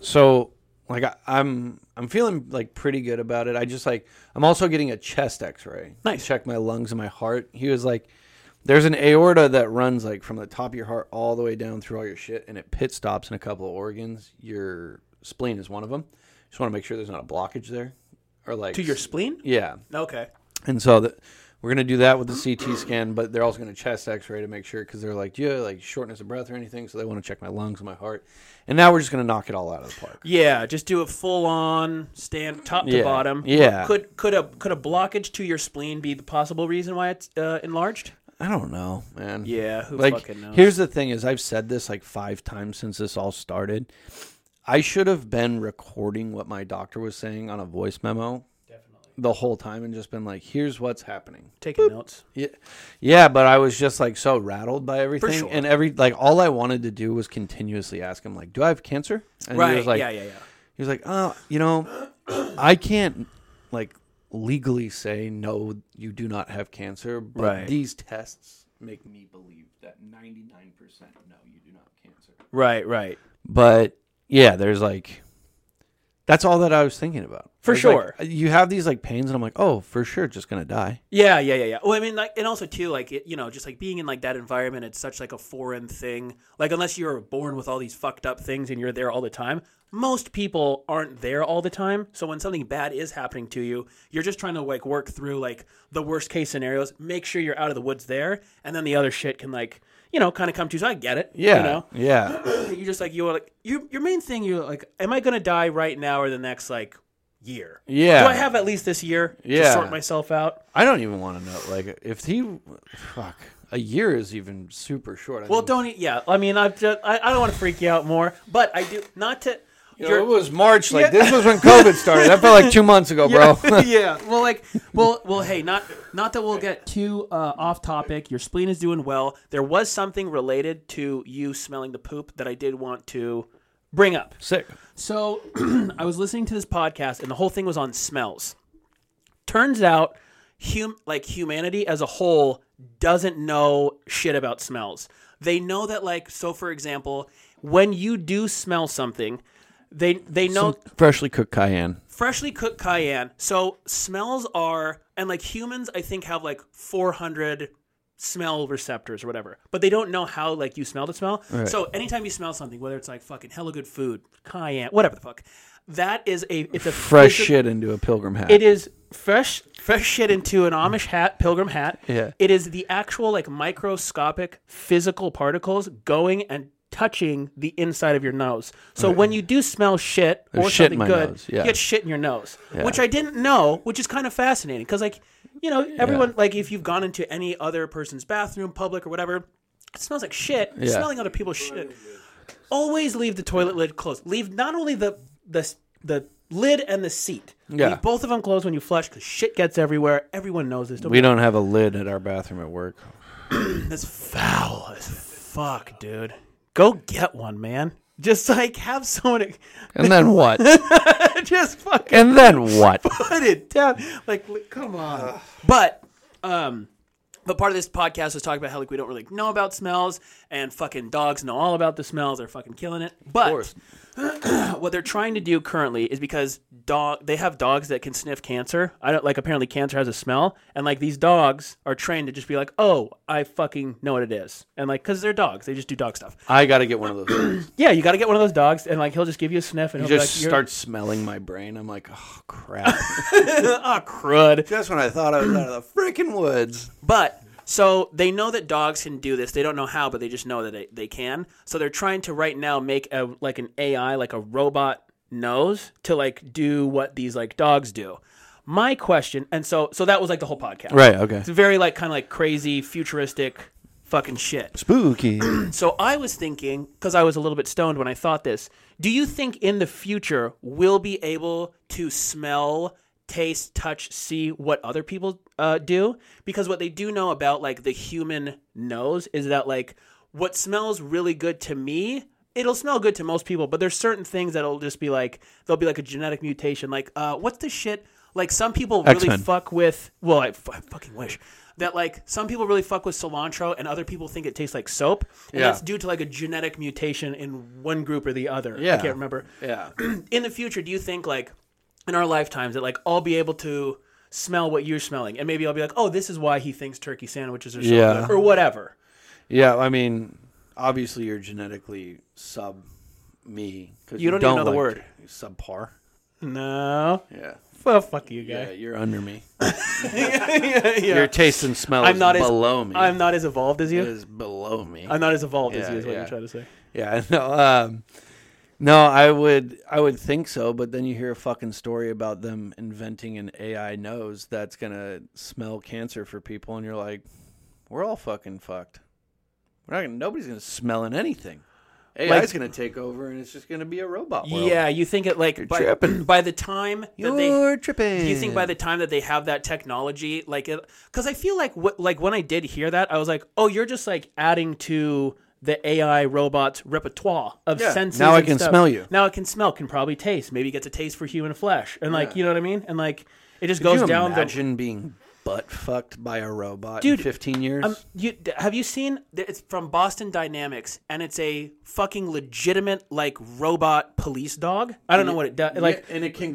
so like I, I'm I'm feeling like pretty good about it. I just like I'm also getting a chest X-ray. Nice. Check my lungs and my heart. He was like, "There's an aorta that runs like from the top of your heart all the way down through all your shit, and it pit stops in a couple of organs. Your spleen is one of them. Just want to make sure there's not a blockage there, or like To your spleen? yeah. Okay. And so the, we're gonna do that with the CT scan, but they're also gonna chest X-ray to make sure because they're like, yeah, like shortness of breath or anything, so they want to check my lungs and my heart. And now we're just gonna knock it all out of the park. Yeah, just do a full on stand top to Yeah, bottom. yeah. Could could a could a blockage to your spleen be the possible reason why it's uh, enlarged? I don't know, man. Yeah, who like fucking knows? here's the thing: is I've said this like five times since this all started. I should have been recording what my doctor was saying on a voice memo Definitely. the whole time and just been like, "Here's what's happening." Taking notes. Yeah, yeah, but I was just like so rattled by everything, sure. and every like all I wanted to do was continuously ask him like, "Do I have cancer?" And Right. He was like, yeah, yeah, yeah. He was like, "Oh, you know, I can't like legally say no, you do not have cancer, but Right. these tests make me believe that ninety nine percent no, you do not have cancer." Right, right. But yeah, there's like. That's all that I was thinking about. For I was like, sure. you have these like pains, and I'm like, oh, for sure, just gonna die. Yeah, yeah, yeah, yeah. Well, I mean, like, and also too, like, it, you know, just like being in like that environment, it's such like a foreign thing. Like, unless you're born with all these fucked up things and you're there all the time, most people aren't there all the time. So when something bad is happening to you, you're just trying to like work through like the worst case scenarios, make sure you're out of the woods there, and then the other shit can like, you know, kind of come to you. So I get it. Yeah, You know, yeah. you just like you are like you your main thing you like am I gonna die right now or the next like year? Yeah. Do I have at least this year to Yeah. sort myself out? I don't even want to know. Like, if he, fuck, a year is even super short. I Well, mean, don't e- yeah. I mean, I've just I, I don't want to freak you out more, but I do not to. You know, you're- it was March. Like, this was when COVID started. That felt like two months ago, bro. yeah. Well, like, well, well. Hey, not not that we'll get too uh, off topic. Your spleen is doing well. There was something related to you smelling the poop that I did want to bring up. Sick. So I was listening to this podcast, and the whole thing was on smells. Turns out, hum- like humanity as a whole doesn't know shit about smells. They know that, like, so for example, when you do smell something, they they know Freshly cooked cayenne. freshly cooked cayenne. So smells are and like humans I think have like 400 smell receptors or whatever. But they don't know how like you smell the smell. So anytime you smell something whether it's like fucking hella good food, cayenne, whatever the fuck, that is a it's a Fresh it's a- shit into a pilgrim hat. Mm. it is fresh fresh shit into an Amish hat, pilgrim hat. Yeah. It is the actual like microscopic physical particles going and touching the inside of your nose. So when you do smell shit or There's shit something in my good, nose, yeah. you get shit in your nose, which I didn't know, which is kind of fascinating because like, you know, everyone like if you've gone into any other person's bathroom, public or whatever, it smells like shit. Smelling other people's shit always leave the toilet lid closed. Leave not only the the the lid and the seat. Yeah. Leave both of them closed when you flush because shit gets everywhere. Everyone knows this. Don't we don't have a lid at our bathroom at work. That's foul as fuck, dude. Go get one, man. Just like have someone And then what? just fucking and then what? put it down. Like, li- come on. But, um, but part of this podcast was talking about how like we don't really know about smells, and fucking dogs know all about the smells. They're fucking killing it. But course. what they're trying to do currently is because dog they have dogs that can sniff cancer. I don't like apparently cancer has a smell, and like these dogs are trained to just be like, oh, I fucking know what it is, and like because they're dogs, they just do dog stuff. I got to get one of those. things. Yeah, you got to get one of those dogs, and like he'll just give you a sniff, and It he'll just be like, starts smelling my brain. I'm like, oh, crap. ah crud. That's when I thought I was out of the freaking woods. But so they know that dogs can do this. They don't know how, but they just know that they, they can. So they're trying to right now make a like an AI, like a robot nose to like do what these like dogs do. My question, and so so that was like the whole podcast. Right, okay. It's very like kind of like crazy futuristic fucking shit. Spooky. So I was thinking, because I was a little bit stoned when I thought this, do you think in the future we'll be able to smell, taste, touch, see what other people uh, do? Because what they do know about like the human nose is that like what smells really good to me, it'll smell good to most people, but there's certain things that'll just be like there'll be like a genetic mutation. Like, uh, what's the shit? Like some people really X-Men. fuck with. Well, I fu- I fucking wish that like some people really fuck with cilantro, and other people think it tastes like soap. And Yeah. that's due to like a genetic mutation in one group or the other. I Yeah. can't remember Yeah. in the future, do you think like in our lifetimes that like I'll be able to smell what you're smelling, and maybe I'll be like, oh, this is why he thinks turkey sandwiches are so Yeah. good, or whatever. Yeah, I mean, obviously you're genetically sub me because You don't even know the word. subpar. No, Yeah, well, fuck you, yeah, guy. you're under me. Yeah, Your taste and smell I'm is not as- below me. I'm not as evolved as you. It is below me. I'm not as evolved as Yeah, you. Is what yeah. you're trying to say. yeah, no, um, no, I would, I would think so, but then you hear a fucking story about them inventing an AI nose that's gonna smell cancer for people, and you're like, we're all fucking fucked. We're not gonna, nobody's gonna smell in anything. AI's Like- gonna take over, and it's just gonna be a robot. World. Yeah, you think it like by, tripping. by the time that they tripping. Do you think by the time that they have that technology, like, because I feel like what, like when I did hear that, I was like, oh, you're just like adding to the AI robot's repertoire of Yeah. senses. Now it and can stuff. smell you. Now it can smell, can probably taste, maybe gets a taste for human flesh, and like, Yeah. you know what I mean? And like, it just Could goes you down the imagine being butt fucked by a robot Dude, in 15 years? Um, you, d- have you seen? th- It's from Boston Dynamics, and it's a fucking legitimate like robot police dog. I don't know what it does. Like, and it can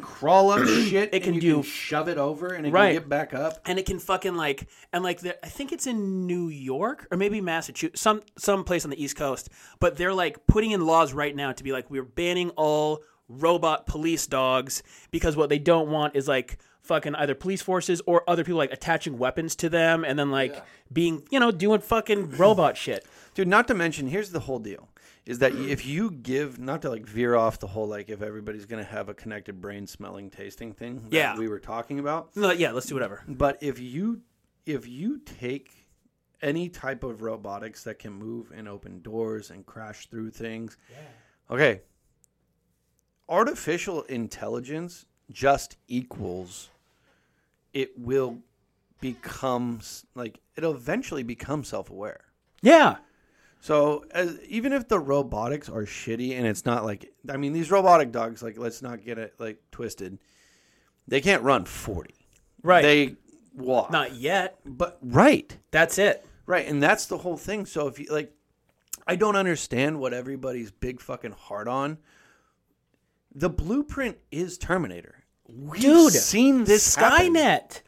crawl up shit. It can and you do- can shove it over, and it Right. can get back up. and it can fucking like and like the, I think it's in New York or maybe Massachusetts, some some place on the East Coast. But they're like putting in laws right now to be like we're banning all robot police dogs because what they don't want is like fucking either police forces or other people like attaching weapons to them and then like being you know doing fucking robot shit. Dude, not to mention, here's the whole deal: is that if you give, not to like veer off the whole like if everybody's gonna have a connected brain smelling tasting thing that Yeah. we were talking about. No, yeah, let's do whatever. But if you if you take any type of robotics that can move and open doors and crash through things, okay, artificial intelligence just equals it will become s- like it'll eventually become self-aware. Yeah, So as, even if the robotics are shitty and it's not like I mean these robotic dogs like let's not get it like twisted. They can't run 40. right. They walk. Not yet. But right, That's it. right, and that's the whole thing. So if you like, I don't understand what everybody's big fucking hard on. The blueprint is Terminator. We've Dude, seen this happen. Skynet.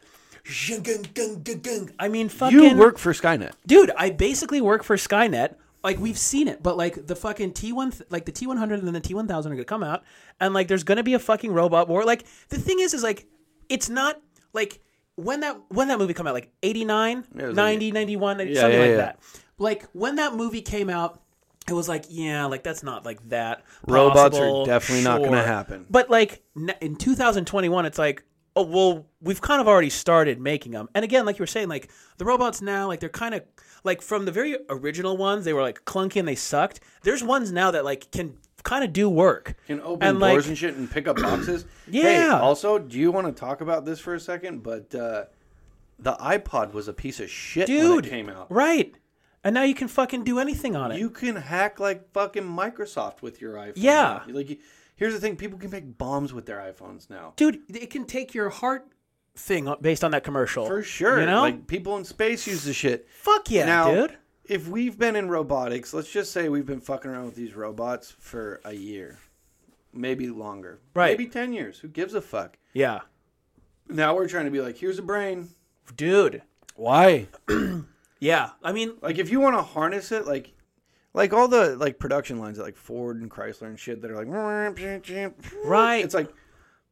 I mean, fucking. You work for Skynet. dude i basically work for skynet like we've seen it but like the fucking t1 th- like the t100 and then the t1000 are gonna come out and like there's gonna be a fucking robot war like the thing is is like it's not like when that when that movie come out like 89 it 90 was 91 Yeah, something yeah, like yeah. that like when that movie came out it was like yeah like that's not like that Robots are possible, definitely not gonna sure. happen. but like n- in 2021, it's like, oh well, we've kind of already started making them. And again, like you were saying, like the robots now, like they're kind of like from the very original ones, they were like clunky and they sucked. There's ones now that like can kind of do work. Can open And, doors like- and shit and pick up boxes. Hey, Yeah. also, do you want to talk about this for a second? But uh, the iPod was a piece of shit when Dude, it came out. right? And now you can fucking do anything on it. You can hack like fucking Microsoft with your iPhone. Yeah. now. Like, you- here's the thing: people can make bombs with their iPhones now. Dude, it can take your heart thing on- based on that commercial. For sure. You know? like people in space use the shit. Fuck yeah, now, dude. if we've been in robotics, let's just say we've been fucking around with these robots for a year, maybe longer, Right. Maybe ten years. Who gives a fuck? Yeah. Now we're trying to be like, here's a brain. Dude. Why? Yeah. I mean, Like, if you want to harness it, like. Like all the like production lines, like Ford and Chrysler and shit, that are like, right. It's like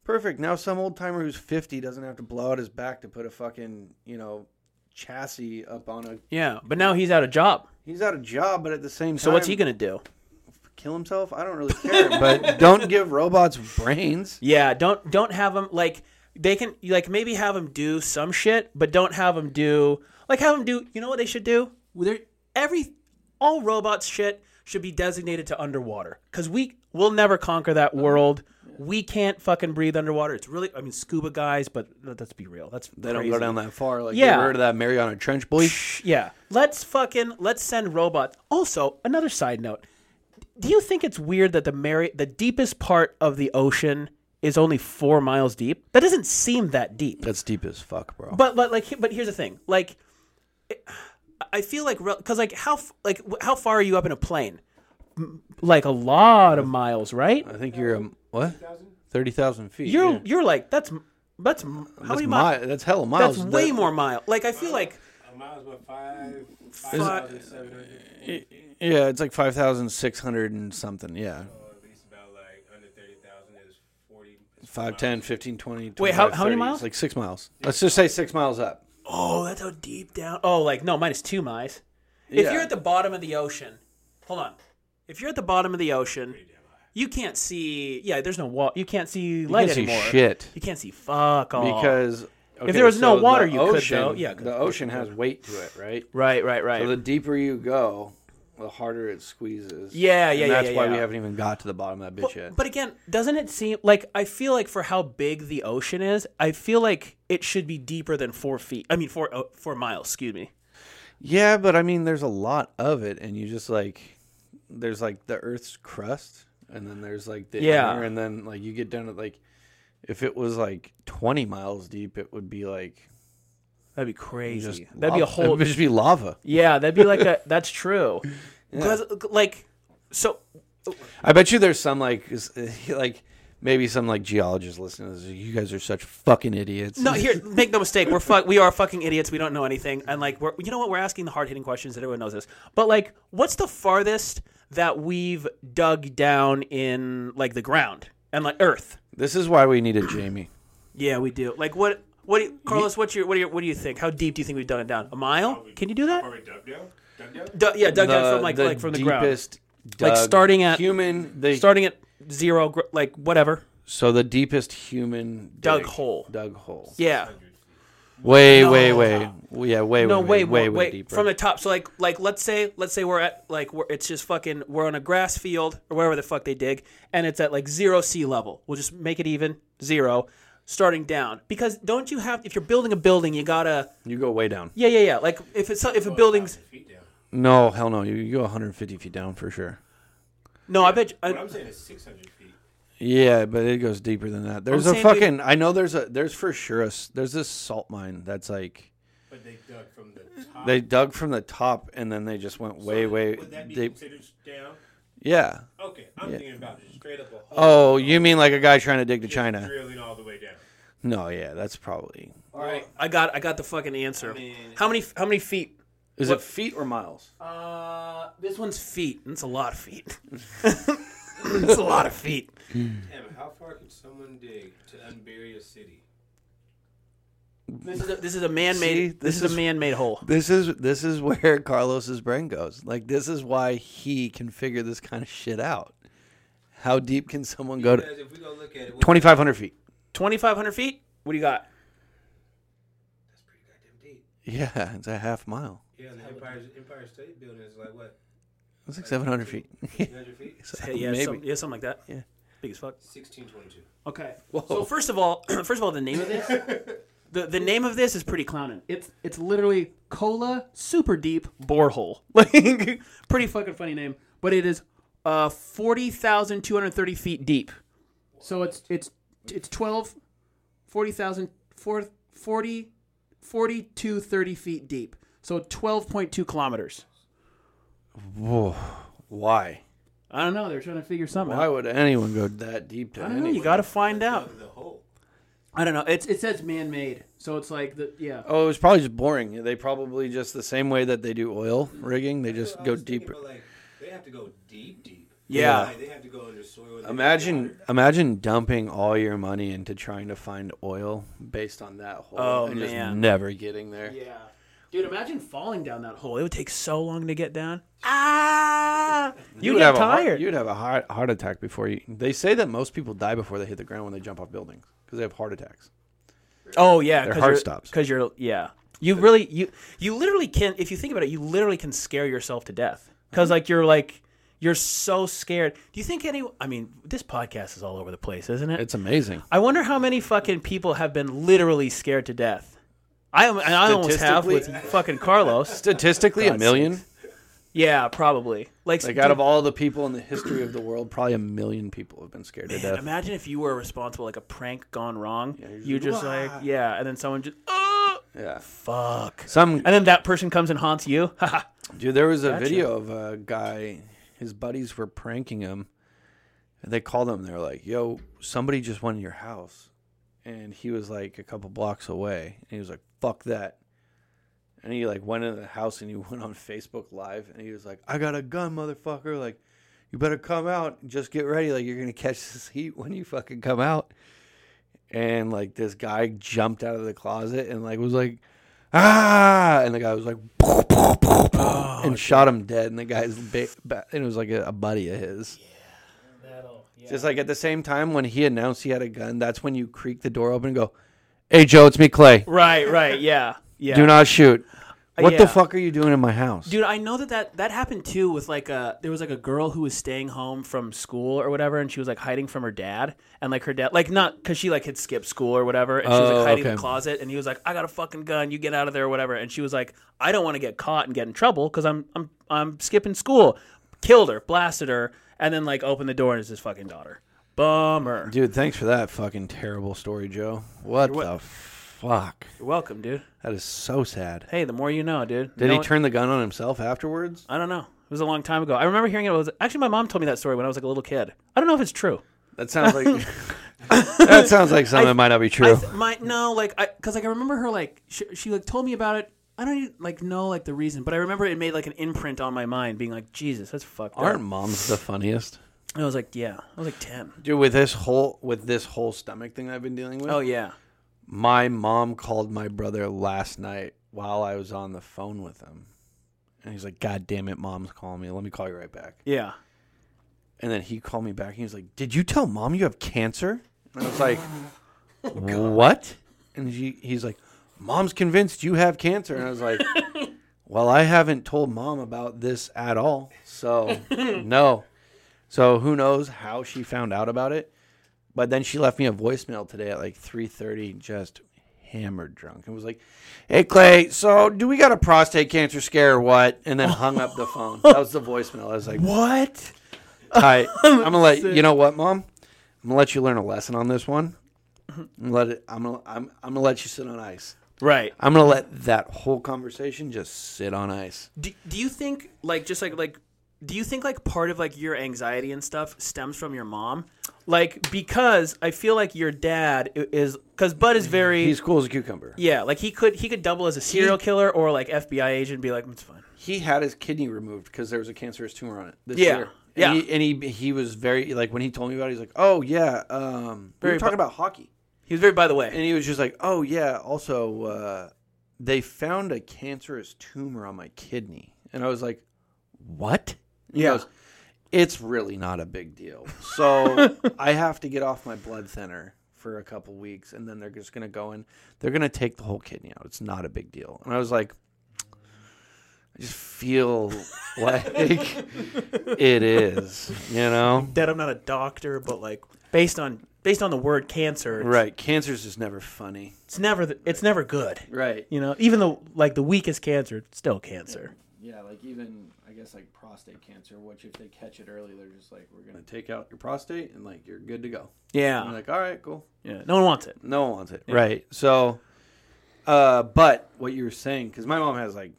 perfect. Now some old timer who's fifty doesn't have to blow out his back to put a fucking you know chassis up on a. yeah. But now he's out of job. He's out of job, but at the same time, So what's he going to do? kill himself? I don't really care. but don't give robots brains. Yeah, don't don't have them like they can like maybe have them do some shit, but don't have them do like have them do. You know what they should do? They're, every all robots shit should be designated to underwater because we will never conquer that world. We can't fucking breathe underwater. It's really, I mean, scuba guys, but let- let's be real. That's They don't go down that far. Like, Yeah. yeah. you ever heard of that Mariana Trench Boy? Yeah. Let's fucking let's send robots. Also, another side note. Do you think it's weird that the Mary the deepest part of the ocean is only four miles deep? That doesn't seem that deep. That's deep as fuck, bro. But but like but here's the thing. Like it- I feel like because like how f- like wh- how far are you up in a plane? M- Like a lot of miles, right? I think you're, um, what? 30,000 feet. You're yeah. you're like that's m- that's m- how that's, many miles? mi- that's hella miles. That's way That- more mile. Like I feel like A mile's what five, five Five- thousand seven hundred. Yeah, it's like 5,600 and something. Yeah. So at least about like under thirty thousand is forty. is 5, 10, 15, 20. Wait, how- 25, how many 30. miles? It's like six miles. Let's just say six miles up. Oh, that's how deep down. Oh, like no, minus two miles. If Yeah. you're at the bottom of the ocean, hold on. If you're at the bottom of the ocean, you can't see. Yeah, there's no wall. You can't see light can't see anymore. shit. You can't see fuck all. Because okay, Oh. there was no so water, the you could, ocean- though. Yeah, good. the ocean has weight to it, right? right, right, right. So the deeper you go, the harder it squeezes. Yeah, yeah, and yeah, That's yeah, why yeah. we haven't even got to the bottom of that bitch yet. but, but again, doesn't it seem like I feel like for how big the ocean is, I feel like it should be deeper than four feet. I mean, four oh, four miles. Excuse me. yeah, but I mean, there's a lot of it, and you just like, there's like the Earth's crust, and then there's like the Yeah. inner, and then like you get down to like, if it was like 20 miles deep, it would be like That'd be crazy. just That'd be a lava. whole. It would just be lava. yeah, that'd be like a. That's true. 'Cause, like, so I bet you there's some like is- like maybe some like geologists listening to this. You guys are such fucking idiots. No, here, make no mistake. We're fuck. We are fucking idiots. We don't know anything. And like, we're you know what? We're asking the hard hitting questions that everyone knows this. But like, what's the farthest that we've dug down in like the ground and like Earth? This is why we needed Jamie. Yeah, we do. Like, what? What, do you, Carlos? What's your what do you what do you think? How deep do you think we've done it down? A mile? Can you do that? Are we dug down? Dug down? Du- yeah, dug down from like like from the ground, deepest Like, dug starting at- human. They, starting at zero, gr- like whatever. so the deepest human Dug dig- hole. Dug hole. Yeah. Way, No. way, way. Yeah, way, No, way, way, way, way, more, way, deeper. from the top. So like, like let's say, let's say we're at like we're, it's just fucking we're on a grass field or wherever the fuck they dig, and it's at like zero sea level. We'll just make it even zero, starting down because don't you have if you're building a building, you gotta you go way down. yeah yeah yeah like if it's if a building's Feet down. No, hell no. You, you go 150 feet down for sure. no I bet you, What I, I'm saying is six hundred feet. Yeah, but it goes deeper than that. There's a saying we- fucking. I know there's a. There's for sure a. s- There's this salt mine that's like. But they dug from the top. They dug from the top and then they just went way, way. Would that be They, considered down? yeah. Okay, I'm thinking about straight up a hole. Oh, you mean like a guy trying to dig to just China? Drilling all the way down. No, yeah, that's probably. All right. I got I got the fucking answer. mean- how many how many feet? Is it feet or miles? Uh, this one's feet. That's a lot of feet. That's a lot of feet. Damn, how far could someone dig to unbury a city? This is a, this is a man-made. See, this, this is a is- man-made hole. This is this is where Carlos's brain goes. Like this is why he can figure this kind of shit out. How deep can someone go to Guys, if we go look at it, twenty five hundred feet? 2,500 feet? What do you got? that's pretty goddamn deep. Yeah, it's a half mile. Yeah, and the Empire, Empire State Building is like what, It's like seven hundred feet. 100 feet? So, Hey, yeah, maybe. some- yeah, something like that. Yeah. Big as fuck. 1622. Okay. Whoa. So first of all, first of all, the name of this, the, the name of this is pretty clowning. It's it's literally Cola Super Deep Borehole. Like pretty fucking funny name, but it is uh forty thousand two hundred thirty feet deep. So it's it's it's 12, 40,000, four- 40, 40 to 30 feet deep. So 12.2 kilometers. Whoa. Why? I don't know. They're trying to figure something Why out. would anyone go that deep to I don't know. anything? You got to find out. Dug the hole. I don't know. It's it says man made, so it's like the yeah. Oh, it was probably just boring. They probably just the same way that they do oil rigging. They just I go was thinking, deeper. but, like, they have to go deep, deep. Yeah. Like, they have to go under soil. and they have Imagine to imagine dumping all your money into trying to find oil based on that hole Oh, and just man. never getting there. Yeah, dude, imagine falling down that hole. It would take so long to get down. Ah, you would get have a heart- tired. you'd have a heart, heart attack before you. They say that most people die before they hit the ground when they jump off buildings because they have heart attacks. oh yeah, their heart stops. because you're yeah. You really you you literally can if you think about it, you literally can scare yourself to death because like you're like You're so scared. Do you think any? I mean, this podcast is all over the place, isn't it? It's amazing. I wonder how many fucking people have been literally scared to death. I am- and I almost have with Statistically- fucking Carlos. Statistically, a million. Yeah, probably. Like, Like out of all the people in the history of the world, probably a million people have been scared to Man, death. imagine if you were responsible, like a prank gone wrong. you're you just just like, yeah, and then someone just, oh, Yeah. fuck. Some And then that person comes and haunts you. Haha. Dude, there was a video of a guy. His buddies were pranking him. And they called him. They're like, "Yo, somebody just went in your house," and he was like a couple blocks away. And he was like, "Fuck that." And he like went into the house and he went on Facebook Live and he was like, "I got a gun, motherfucker! Like, you better come out. and Just get ready. Like, you're gonna catch this heat when you fucking come out." And like this guy jumped out of the closet and like was like, "Ah!" And the guy was like, and shot him dead. And the guy's ba- ba- and it was like a, a buddy of his. Just like at the same time when he announced he had a gun, that's when you creak the door open and go, "Hey Joe, it's me, Clay. right, right, yeah, yeah. Do not shoot. What yeah. the fuck are you doing in my house?" Dude, I know that, that that happened too with like a there was like a girl who was staying home from school or whatever and she was like hiding from her dad and like her dad like not cuz she like had skipped school or whatever and she was Oh, like hiding in okay. the closet and he was like I got a fucking gun you get out of there or whatever and she was like I don't want to get caught and get in trouble cuz I'm I'm I'm skipping school. Killed her, blasted her and then like opened the door and it's his fucking daughter. Bummer. Dude, thanks for that fucking terrible story, Joe. What the fuck? You're welcome, dude. That is so sad. Hey, the more you know, dude. Did No he one- turn the gun on himself afterwards? I don't know. It was a long time ago. I remember hearing it. it was actually my mom told me that story when I was like a little kid. I don't know if it's true. That sounds like that sounds like something that might not be I true. th- my no, like I because like I remember her like she, she like told me about it. I don't even, like know like the reason, but I remember it made like an imprint on my mind, being like, Jesus, that's fucked Aren't up. moms the funniest? And I was like, yeah, I was like ten. Dude, with this whole with this whole stomach thing I've been dealing with. Oh yeah, My mom called my brother last night while I was on the phone with him. And he's like, God damn it, mom's calling me. Let me call you right back. yeah. And then he called me back and he was like, Did you tell mom you have cancer? And I was like, What? And she, he's like, Mom's convinced you have cancer. And I was like, Well, I haven't told mom about this at all. So, no. So who knows how she found out about it? But then she left me a voicemail today at like 3:30 just hammered drunk and was like, "Hey Clay, so do we got a prostate cancer scare or what?" And then hung up the phone. That was the voicemail. I was like, What? Hi, I'm gonna let you know what, Mom. I'm gonna let you learn a lesson on this one. I'm gonna let it. I'm gonna. I'm, I'm gonna let you sit on ice. Right. I'm gonna let that whole conversation just sit on ice. Do, do you think like just like like do you think like part of like your anxiety and stuff stems from your mom? Like because I feel like your dad i- is because Bud is very He's cool as a cucumber. yeah like he could he could double as a serial killer or like FBI agent and be like it's fine. He had his kidney removed because there was a cancerous tumor on it. This Yeah, year. yeah. And, he, and he he was very like when he told me about it, he's like, oh yeah, um, we were Very talking about hockey. He was very by the way. and he was just like, "Oh yeah, also uh, they found a cancerous tumor on my kidney," and I was like, "What?" And he Yeah. goes, it's really not a big deal. So I have to get off my blood thinner for a couple weeks, and then they're just gonna go in. They're gonna take the whole kidney out. It's not a big deal. And I was like, I just feel like it is, you know. that I'm not a doctor, but like based on based on the word cancer, it's, Right, cancer's just never funny. it's never the, it's never good. Right. You know, even though like the weakest cancer, it's still cancer. Yeah, like even I guess like prostate cancer, which if they catch it early, they're just like, we're gonna take out your prostate and like you're good to go. And Yeah, I'm like, all right, cool. yeah. No one wants it. No one wants it, right? So, uh, but what you were saying, because my mom has like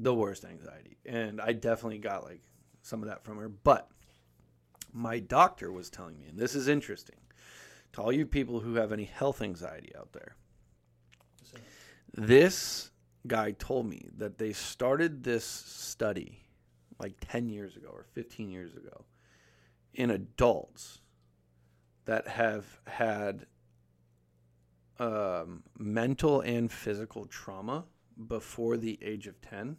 the worst anxiety, and I definitely got like some of that from her. But my doctor was telling me, and this is interesting to all you people who have any health anxiety out there. This guy told me that they started this study like 10 years ago or 15 years ago in adults that have had um, mental and physical trauma before the age of 10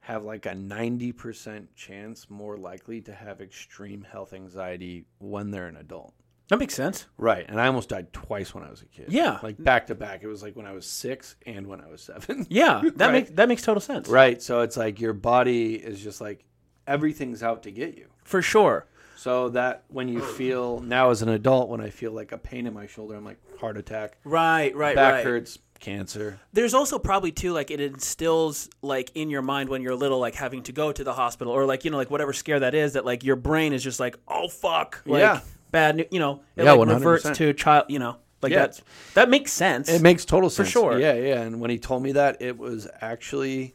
have like a 90% chance more likely to have extreme health anxiety when they're an adult. That makes sense. Right. And I almost died twice when I was a kid. Yeah. Like back to back. It was like when I was six and when I was seven. Yeah, that Right. makes that makes total sense. Right. So it's like your body is just like, everything's out to get you. for sure. So that when Oh. you feel now as an adult, when I feel like a pain in my shoulder, I'm like heart attack, Right, right, back right. hurts, cancer. There's also probably too like it instills like in your mind when you're little like having to go to the hospital or like you know like whatever scare that is that like your brain is just like oh fuck like Yeah. bad new- you know it Yeah, like reverts 100%. to child you know like Yeah. that's that makes sense It makes total sense sure. Yeah, yeah. And when he told me that, it was actually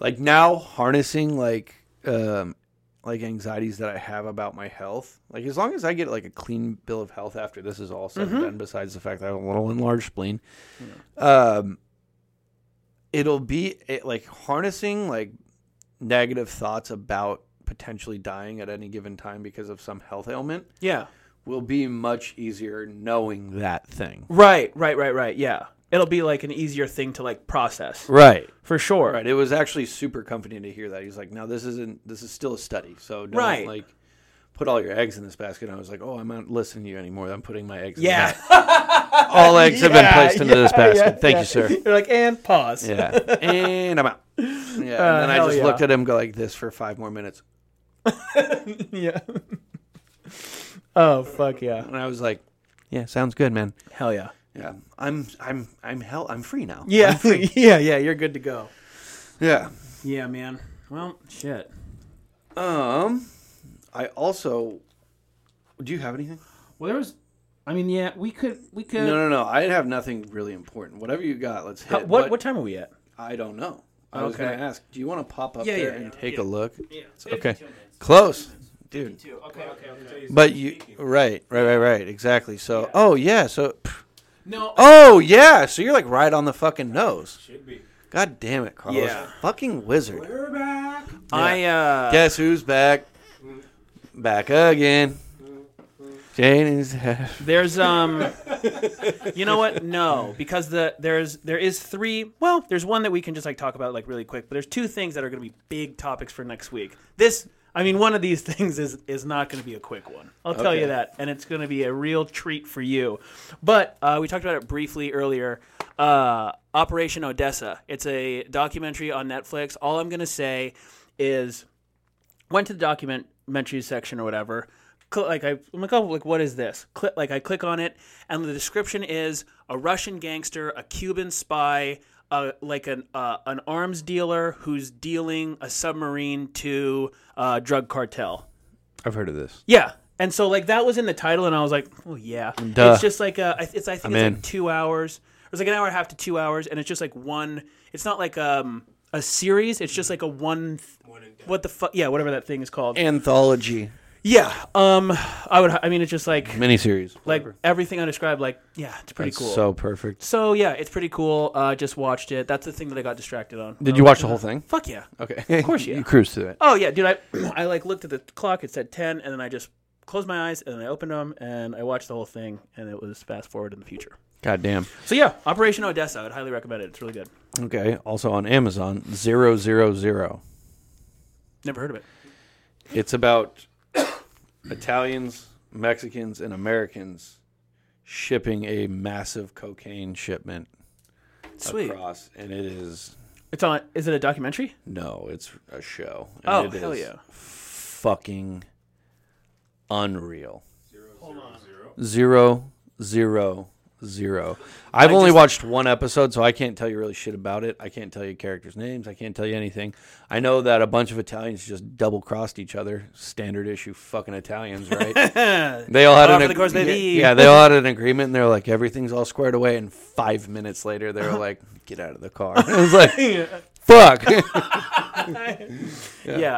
like now harnessing like um like anxieties that I have about my health. Like as long as I get like a clean bill of health after this is all said and done, besides the fact that I have a little enlarged spleen, um, it'll be it, like harnessing like negative thoughts about potentially dying at any given time because of some health ailment yeah will be much easier knowing that thing. right right right right yeah it'll be like an easier thing to like process Right. for sure Right. It was actually super comforting to hear that. He's like, "No, this isn't. This is still a study. So don't Right. like put all your eggs in this basket." And I was like, "Oh, I'm not listening to you anymore. I'm putting my eggs. Yeah. in that. all eggs have been Yeah, placed into this yeah, basket. yeah, Thank yeah. you, sir. You're like and pause. Yeah, and I'm out. Yeah, and then Uh, I hell just yeah. looked at him, go like this for five more minutes, yeah. oh fuck yeah. and I was like, "Yeah, sounds good, man. Hell yeah. Yeah, I'm, I'm, I'm hell. I'm free now. Yeah. yeah, yeah, you're good to go. yeah. Yeah, man. Well, shit. Um, I also. Do you have anything? Well, there was. I mean, yeah, we could. We could. No, no, no. I have nothing really important. Whatever you got, let's hit. How, what but- what time are we at? I don't know. I was Okay. going to ask. Do you want to pop up Yeah, there yeah, and yeah, take a look? Yeah. Okay. 52 minutes. Close, dude. Two. Okay. Okay. Okay. But you right, right, right, right. Exactly. So, oh yeah. So, pff. No. oh yeah. So you're like right on the fucking nose. Should be. God damn it, Carlos. Yeah. Fucking wizard. We're back. I uh Guess who's back? Back again. Jane is. there's um you know what? No, because the there's there is three well, there's one that we can just like talk about like really quick, but there's two things that are gonna be big topics for next week. This I mean one of these things is is not gonna be a quick one. I'll tell Okay. you that. And it's gonna be a real treat for you. But uh, we talked about it briefly earlier. Uh, Operation Odessa. It's a documentary on Netflix. All I'm gonna say is went to the documentary section or whatever. Cl- like I, I'm like, oh, like what is this? Cli like I click on it, and the description is a Russian gangster, a Cuban spy, uh, like an uh, an arms dealer who's dealing a submarine to uh, drug cartel. I've heard of this. Yeah. And so like that was in the title, and I was like, oh yeah. Duh. It's just like a, I- it's I think I'm it's in. like two hours. It's like an hour and a half to two hours, and it's just like one. It's not like um a series. It's just like a one. th- what the fuck? Yeah, whatever that thing is called. Anthology yeah. Um, I would. I mean, it's just like miniseries. like everything I described. Like yeah, it's pretty cool. So. So perfect. yeah, it's pretty cool. Uh, just watched it. That's the thing that I got distracted on. Did you watch the whole thing? Fuck yeah. Okay. Of course you- you cruised through it. Oh yeah, dude. I I like looked at the clock. It said ten, and then I just closed my eyes and then I opened them and I watched the whole thing, and it was fast forward in the future. God damn. So yeah, Operation Odessa. I would highly recommend it. It's really good. Okay. Also on Amazon, zero zero zero. Never heard of it. It's about Italians, Mexicans, and Americans shipping a massive cocaine shipment Sweet. across, and it is It's on. Is it a documentary? no, it's a show. And Oh it hell is yeah. Fucking unreal. Zero zero zero. I've only watched one episode, so I can't tell you really shit about it. I can't tell you characters' names. I can't tell you anything. I know that a bunch of Italians just double crossed each other. Standard issue fucking Italians, right? they all had Par an for the course, yeah, baby. yeah, they all had an agreement and they're like everything's all squared away and five minutes later they were like, Get out of the car. I was like Fuck. Yeah.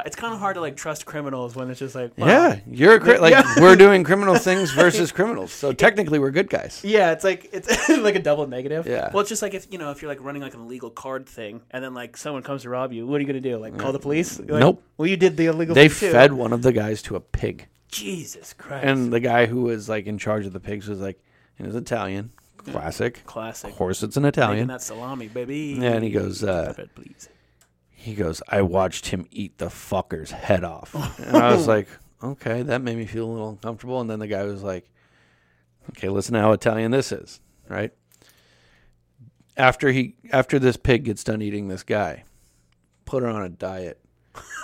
it's kind of hard to like trust criminals when it's just like wow. yeah. You're a cri- like we're doing criminal things versus criminals. So technically we're good guys. Yeah, it's like it's like a double negative. Yeah. Well, it's just like if you know if you're like running like an illegal card thing, and then like someone comes to rob you, what are you gonna do? Like call the police? You're like, Nope. Well, you did the illegal. They thing, too." fed one of the guys to a pig. Jesus Christ. And the guy who was like in charge of the pigs was like, and it was Italian, classic. classic. Of course, it's an Making Italian. that salami, baby. Yeah, and he goes, uh, Bread, please. he goes, I watched him eat the fucker's head off, and I was like, okay, that made me feel a little uncomfortable. And then the guy was like, okay, listen to how Italian this is, right? After he, after this pig gets done eating this guy, put her on a diet.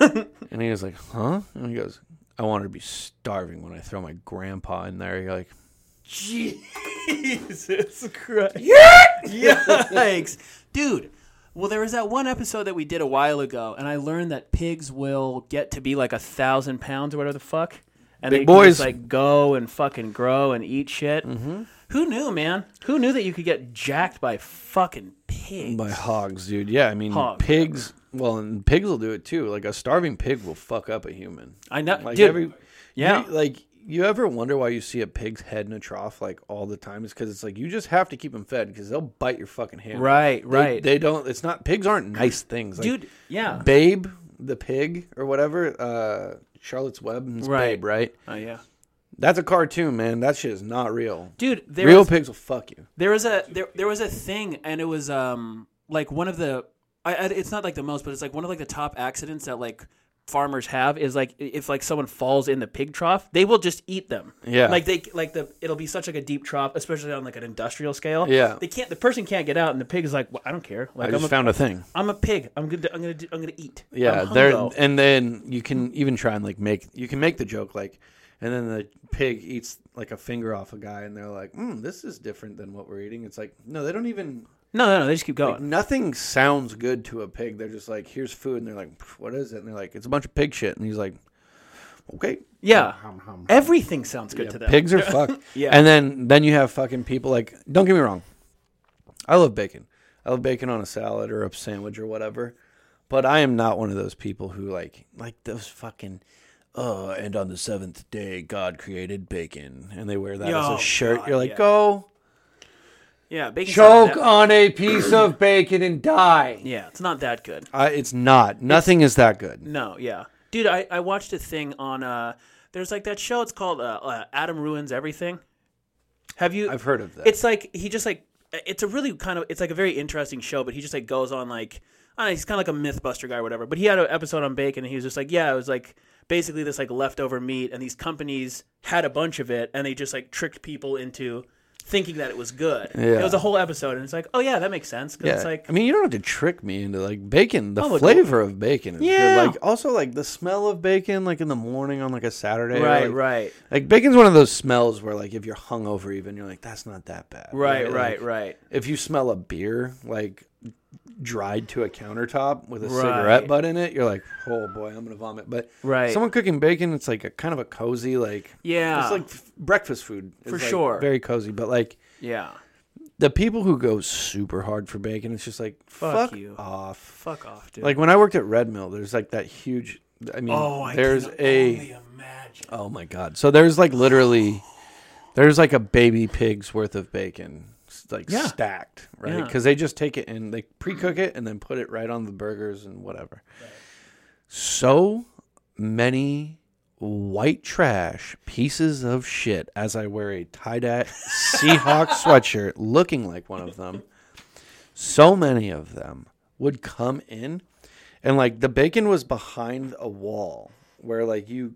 And he was like, huh? And he goes, I want her to be starving when I throw my grandpa in there. You're like, Jesus Christ. Yikes, dude. Well, there was that one episode that we did a while ago, and I learned that pigs will get to be like a thousand pounds or whatever the fuck, and Big they can just, boys. like go and fucking grow and eat shit. Mm-hmm. Who knew, man? Who knew that you could get jacked by fucking pigs? By hogs, dude. Yeah, I mean, Hog. pigs. Well, and pigs will do it too. Like a starving pig will fuck up a human. I know, Like dude. every, yeah. you- like you ever wonder why you see a pig's head in a trough like all the time? It's because it's like you just have to keep them fed because they'll bite your fucking hand. Right, They- right. They don't. It's not pigs aren't nice things, Like, dude. Yeah. Babe, the pig or whatever. Uh, Charlotte's Web. and it's Right. Babe, right? Oh yeah. That's a cartoon, man. That shit is not real. Dude, there real was, pigs will fuck you. there was a there, there was a thing, and it was um like one of the I, I it's not like the most, but it's like one of like the top accidents that like farmers have is like if like someone falls in the pig trough, they will just eat them. Yeah. like they like the it'll be such like a deep trough, especially on like an industrial scale. Yeah. they can't the person can't get out, and the pig is like, well, I don't care. Like I I am just a, found a thing. I'm a pig. I'm gonna I'm gonna do, I'm gonna eat. Yeah, I'm there hungo. and then you can even try and like make you can make the joke like, and then the pig eats like a finger off a guy, and they're like, mm, "This is different than what we're eating." It's like, no, they don't even no no no they just keep going. nothing sounds good to a pig. They're just like, "Here's food," and they're like, "Pff, "What is it?" And they're like, "It's a bunch of pig shit," and he's like, "Okay." yeah, everything sounds good to them. Pigs are fucked. Yeah. And then then you have fucking people like don't get me wrong. I love bacon. I love bacon on a salad or a sandwich or whatever. But I am not one of those people who like like those fucking uh and on the seventh day God created bacon and they wear that as Yo, a shirt. Oh, God, You're like, yeah. go Yeah, bacon sounds choke that- on a piece of bacon and die. Yeah, it's not that good. I, it's not. Nothing is that good. No, yeah, dude. I, I watched a thing on uh. There's like that show. It's called uh, uh, Adam ruins everything. Have you? I've heard of that. It's like he just like it's a really kind of it's like a very interesting show, but he just like goes on like I don't know, he's kind of like a MythBuster guy or whatever. But he had an episode on bacon, and he was just like, yeah, it was like basically this like leftover meat, and these companies had a bunch of it, and they just like tricked people into thinking that it was good. Yeah. It was a whole episode, and it's like, oh yeah, that makes sense. 'cause Yeah. it's like I mean, you don't have to trick me into like bacon. The Oh, look- flavor of bacon is Yeah. good. Like also like the smell of bacon, like in the morning on like a Saturday. or, right, like, right, Like bacon's one of those smells where like if you're hungover, even you're like, that's not that bad. right, Like, right, right. If you smell a beer like dried to a countertop with a Right. cigarette butt in it, you're like, oh boy, I'm gonna vomit. But Right. someone cooking bacon, it's like a kind of a cozy like. Yeah. It's like f- breakfast food It's, For like, sure. Very cozy, but like Yeah. the people who go super hard for bacon, it's just like Fuck fuck, you. off. Fuck off, dude. Like when I worked at Red Mill, there's like that huge. I mean, Oh, there's a. imagine. Oh my god! So there's like literally, there's like a baby pig's worth of bacon, s- like Yeah. stacked, right? Yeah. Because they just take it and they pre-cook it and then put it right on the burgers and whatever. So many white trash pieces of shit. As I wear a tie-dye Seahawk sweatshirt, looking like one of them. So many of them would come in, and like the bacon was behind a wall where like you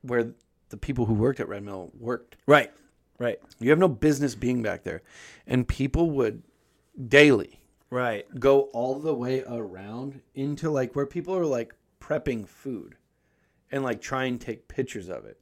where the people who worked at Red Mill worked. Right. Right. You have no business being back there. And people would daily Right. go all the way around into like where people are like prepping food and like try and take pictures of it.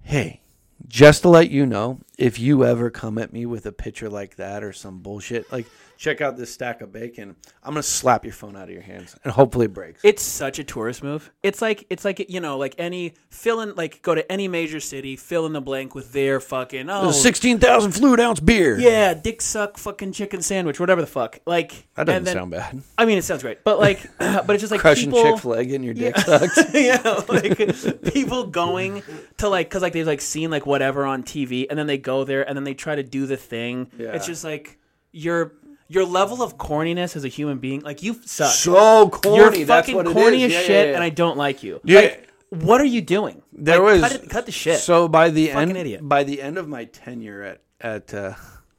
Hey, just to let you know, if you ever come at me with a picture like that or some bullshit, like check out this stack of bacon. I'm gonna slap your phone out of your hands and hopefully it breaks. It's such a tourist move. It's like it's like you know, like any fill in like go to any major city, fill in the blank with their fucking oh Sixteen thousand fluid ounce beer. yeah, dick suck fucking chicken sandwich, whatever the fuck. Like that doesn't and then- sound bad. I mean, it sounds great, but like, but it's just like Crushing people, Chick Fil A in your dick sucked. yeah, like people going to like because like they've like seen like whatever on TV, and then they go there, and then they try to do the thing. Yeah. It's just like your your level of corniness as a human being, like you suck. so corny. You're That's fucking what it corny as is. Yeah, shit, yeah, yeah. and I don't like you. Yeah. Like, what are you doing? there Like, was cut, it- cut the shit. So by the end, idiot. by the end of my tenure at at uh,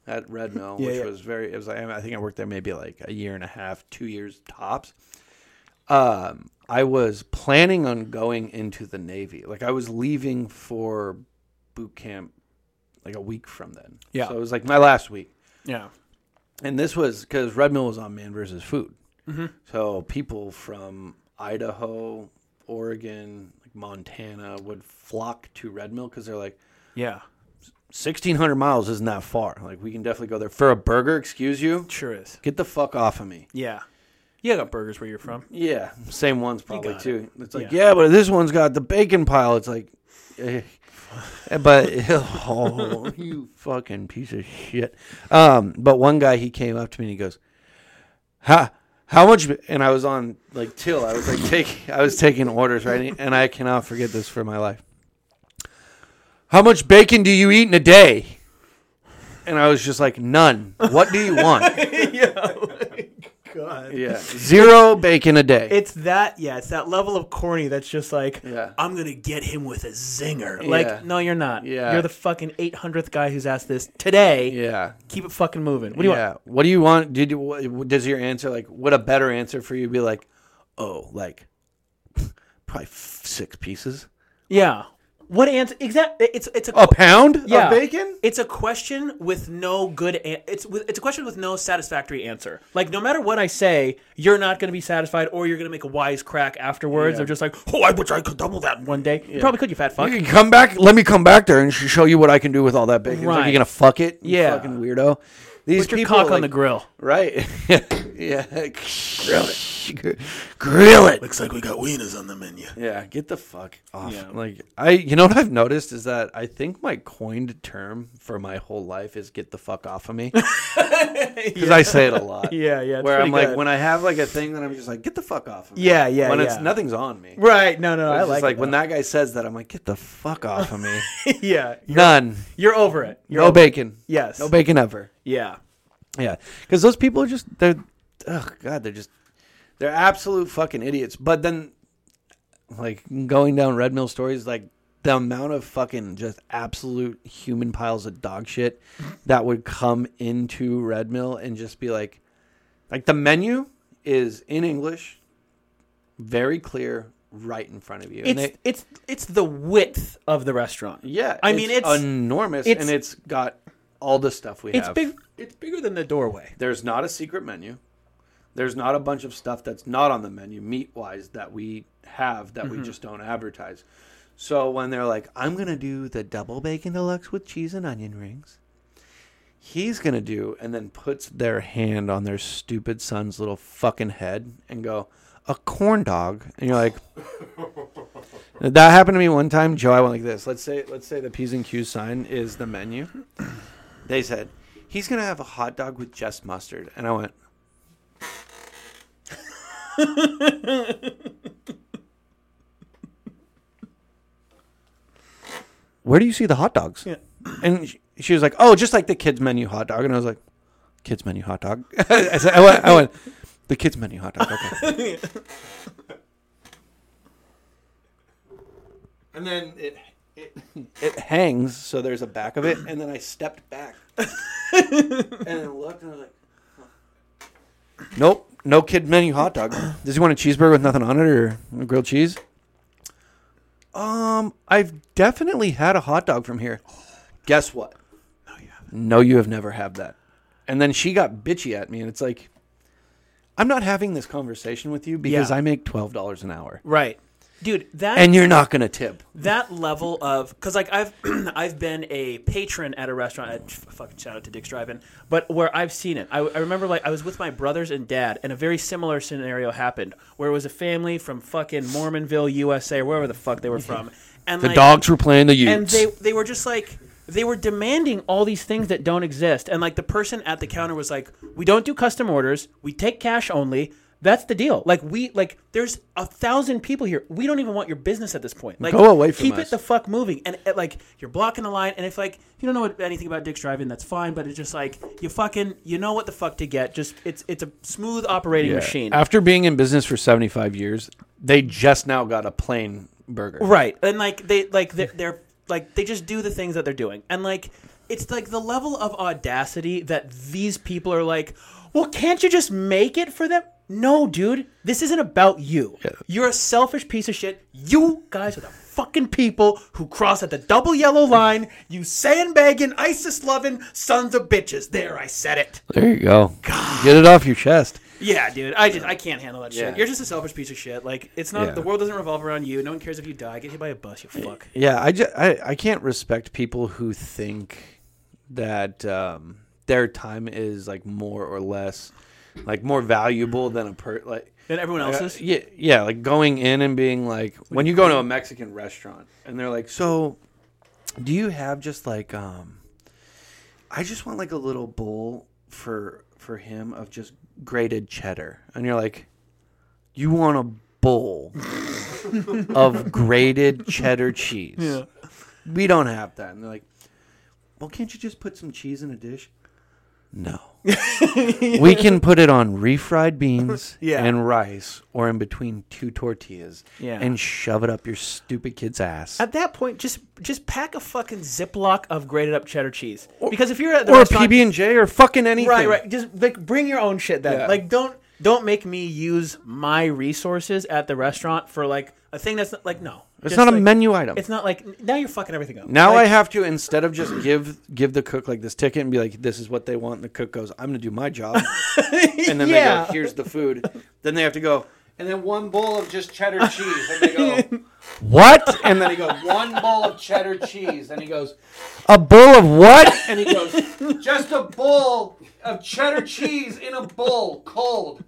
at Red Mill, which yeah. was very, it was like, I think I worked there maybe like a year and a half, two years tops. Um, I was planning on going into the Navy. Like I was leaving for boot camp like a week from then. Yeah. So it was like my last week. yeah, and this was because Red Mill was on Man versus Food, so people from Idaho, Oregon, like Montana would flock to Red Mill because they're like Yeah, sixteen hundred miles isn't that far. Like we can definitely go there for a burger. Excuse you. sure is. Get the fuck off of me. Yeah, you got burgers where you're from. Yeah, same ones probably got too. It's like Yeah. yeah. but this one's got the bacon pile. It's like, eh. but oh, you fucking piece of shit. Um, but one guy he came up to me and he goes, "Ha." How much? And I was on like till I was like taking I was taking orders right, and I cannot forget this for my life. How much bacon do you eat in a day? And I was just like, none. What do you want? God. yeah, zero bacon a day. It's that, yeah, it's that level of corny that's just like, yeah. I'm gonna get him with a zinger. like, Yeah. no, you're not. Yeah. You're the fucking 800th guy who's asked this today. Yeah. Keep it fucking moving. What do you yeah. want? What do you want? Did you, what, does your answer like? Would a better answer for you be like, oh, like probably f- six pieces, Yeah. What answer? Exactly. It's, it's a a pound Yeah. of bacon? It's a question with no good. An- it's with- it's a question with no satisfactory answer. Like no matter what I say, you're not going to be satisfied, or you're going to make a wise crack afterwards Yeah. of just like, oh, I wish I could double that in one day. You probably could, you fat fuck. You can come back. Let me come back there and sh- show you what I can do with all that bacon. It's Like, Right. you're gonna fuck it, you Yeah. fucking weirdo. These Put your people, cock on like- the grill. right? yeah, grill it, grill it. Looks like we got wieners on the menu. Yeah, get the fuck off. Like I you know what I've noticed is that I think my coined term for my whole life is get the fuck off of me. Cuz I say it a lot. Yeah, yeah, it's Where pretty I'm like good. when I have like a thing then I'm just like get the fuck off of me. Yeah, yeah, When yeah. it's nothing's on me. Right? No, no, It's I just like, like it when that guy says that I'm like get the fuck off of me. though. yeah, None. you're over it. You're no over- bacon. Yes. No bacon ever. Yeah. Yeah, because those people are just they're, oh god, they're just they're absolute fucking idiots. But then, like going down Red Mill stories, like the amount of fucking just absolute human piles of dog shit that would come into Red Mill and just be like, like the menu is in English, very clear, right in front of you. It's they- it's it's the width of the restaurant. yeah, I mean, it's- enormous, it's- and it's got all the stuff we It's have. big. It's bigger than the doorway. There's not a secret menu. There's not a bunch of stuff that's not on the menu meat wise that we have that we just don't advertise. So when they're like, I'm going to do the double bacon deluxe with cheese and onion rings, he's going to do, and then puts their hand on their stupid son's little fucking head and go, a corn dog. And you're like, that happened to me one time, Joe. I went like this. Let's say, let's say the P's and Q's sign is the menu. They said, he's going to have a hot dog with just mustard. And I went, Where do you see the hot dogs? Yeah. And she, she was like, Oh, just like the kids' menu hot dog. And I was like, Kids' menu hot dog. I, said, I, went, I went, The kids' menu hot dog. Okay. and then it, it, it hangs, so there's a back of it. And then I stepped back and then looked and I was like, Nope, no kid menu hot dog. Does he want a cheeseburger with nothing on it or a grilled cheese? Um, I've definitely had a hot dog from here. Guess what? No, you have never had that. And then she got bitchy at me, and it's like, I'm not having this conversation with you because Yeah. I make twelve dollars an hour, Right, dude. That and you're not gonna tip. that level of because like I've I've been a patron at a restaurant. At, fucking shout out to Dick's Drive-In, but where I've seen it, I, I remember like I was with my brothers and dad, and a very similar scenario happened where it was a family from fucking Mormonville, USA, or wherever the fuck they were from, and The like, dogs were playing the Utes. and they they were just like they were demanding all these things that don't exist, and like the person at the counter was like, "We don't do custom orders. We take cash only." That's the deal. Like we like there's a thousand people here. We don't even want your business at this point. Like Go away from keep us. it the fuck moving. And uh, like you're blocking the line and if like you don't know what- anything about Dick's Drive-In, that's fine, but it's just like you fucking you know what the fuck to get. Just it's it's a smooth operating Yeah. machine. After being in business for 75 years, they just now got a plain burger. Right. And like they like they're, they're like they just do the things that they're doing. And like it's like the level of audacity that these people are like, "Well, can't you just make it for them?" No, dude. This isn't about you. You're a selfish piece of shit. You guys are the fucking people who cross at the double yellow line. You sandbagging, ISIS loving sons of bitches. There, I said it. There you go. Get it off your chest. Yeah, dude. I just I can't handle that Yeah. shit. You're just a selfish piece of shit. Like it's not Yeah. the world doesn't revolve around you. No one cares if you die. Get hit by a bus, you fuck. Yeah, I, ju- I I can't respect people who think that um, their time is like more or less like more valuable than a per like And everyone uh, else's. yeah yeah like going in and being like when you go to a Mexican restaurant and they're like so do you have just like um I just want like a little bowl for for him of just grated cheddar and you're like you want a bowl of grated cheddar cheese we don't have that. And they're like, well, can't you just put some cheese in a dish? No. we can put it on refried beans Yeah. and rice or in between two tortillas Yeah. and shove it up your stupid kid's ass. At that point, just just pack a fucking Ziploc of grated up cheddar cheese. Because if you're at the or a restaurant- PB&J or fucking anything. right, right, just like bring your own shit then. E Yeah. Like don't don't make me use my resources at the restaurant for like a thing that's not, like no. It's Just, not a like- menu item. It's not like now you're fucking everything up. now Like, I have to instead of just give give the cook like this ticket and be like, this is what they want. And the cook goes, I'm gonna do my job, and then they Yeah. go, here's the food. Then they have to go, and then one bowl of just cheddar cheese, and they go, what? And then he goes, one bowl of cheddar cheese, and he goes, a bowl of what? And he goes, just a bowl of cheddar cheese in a bowl, cold.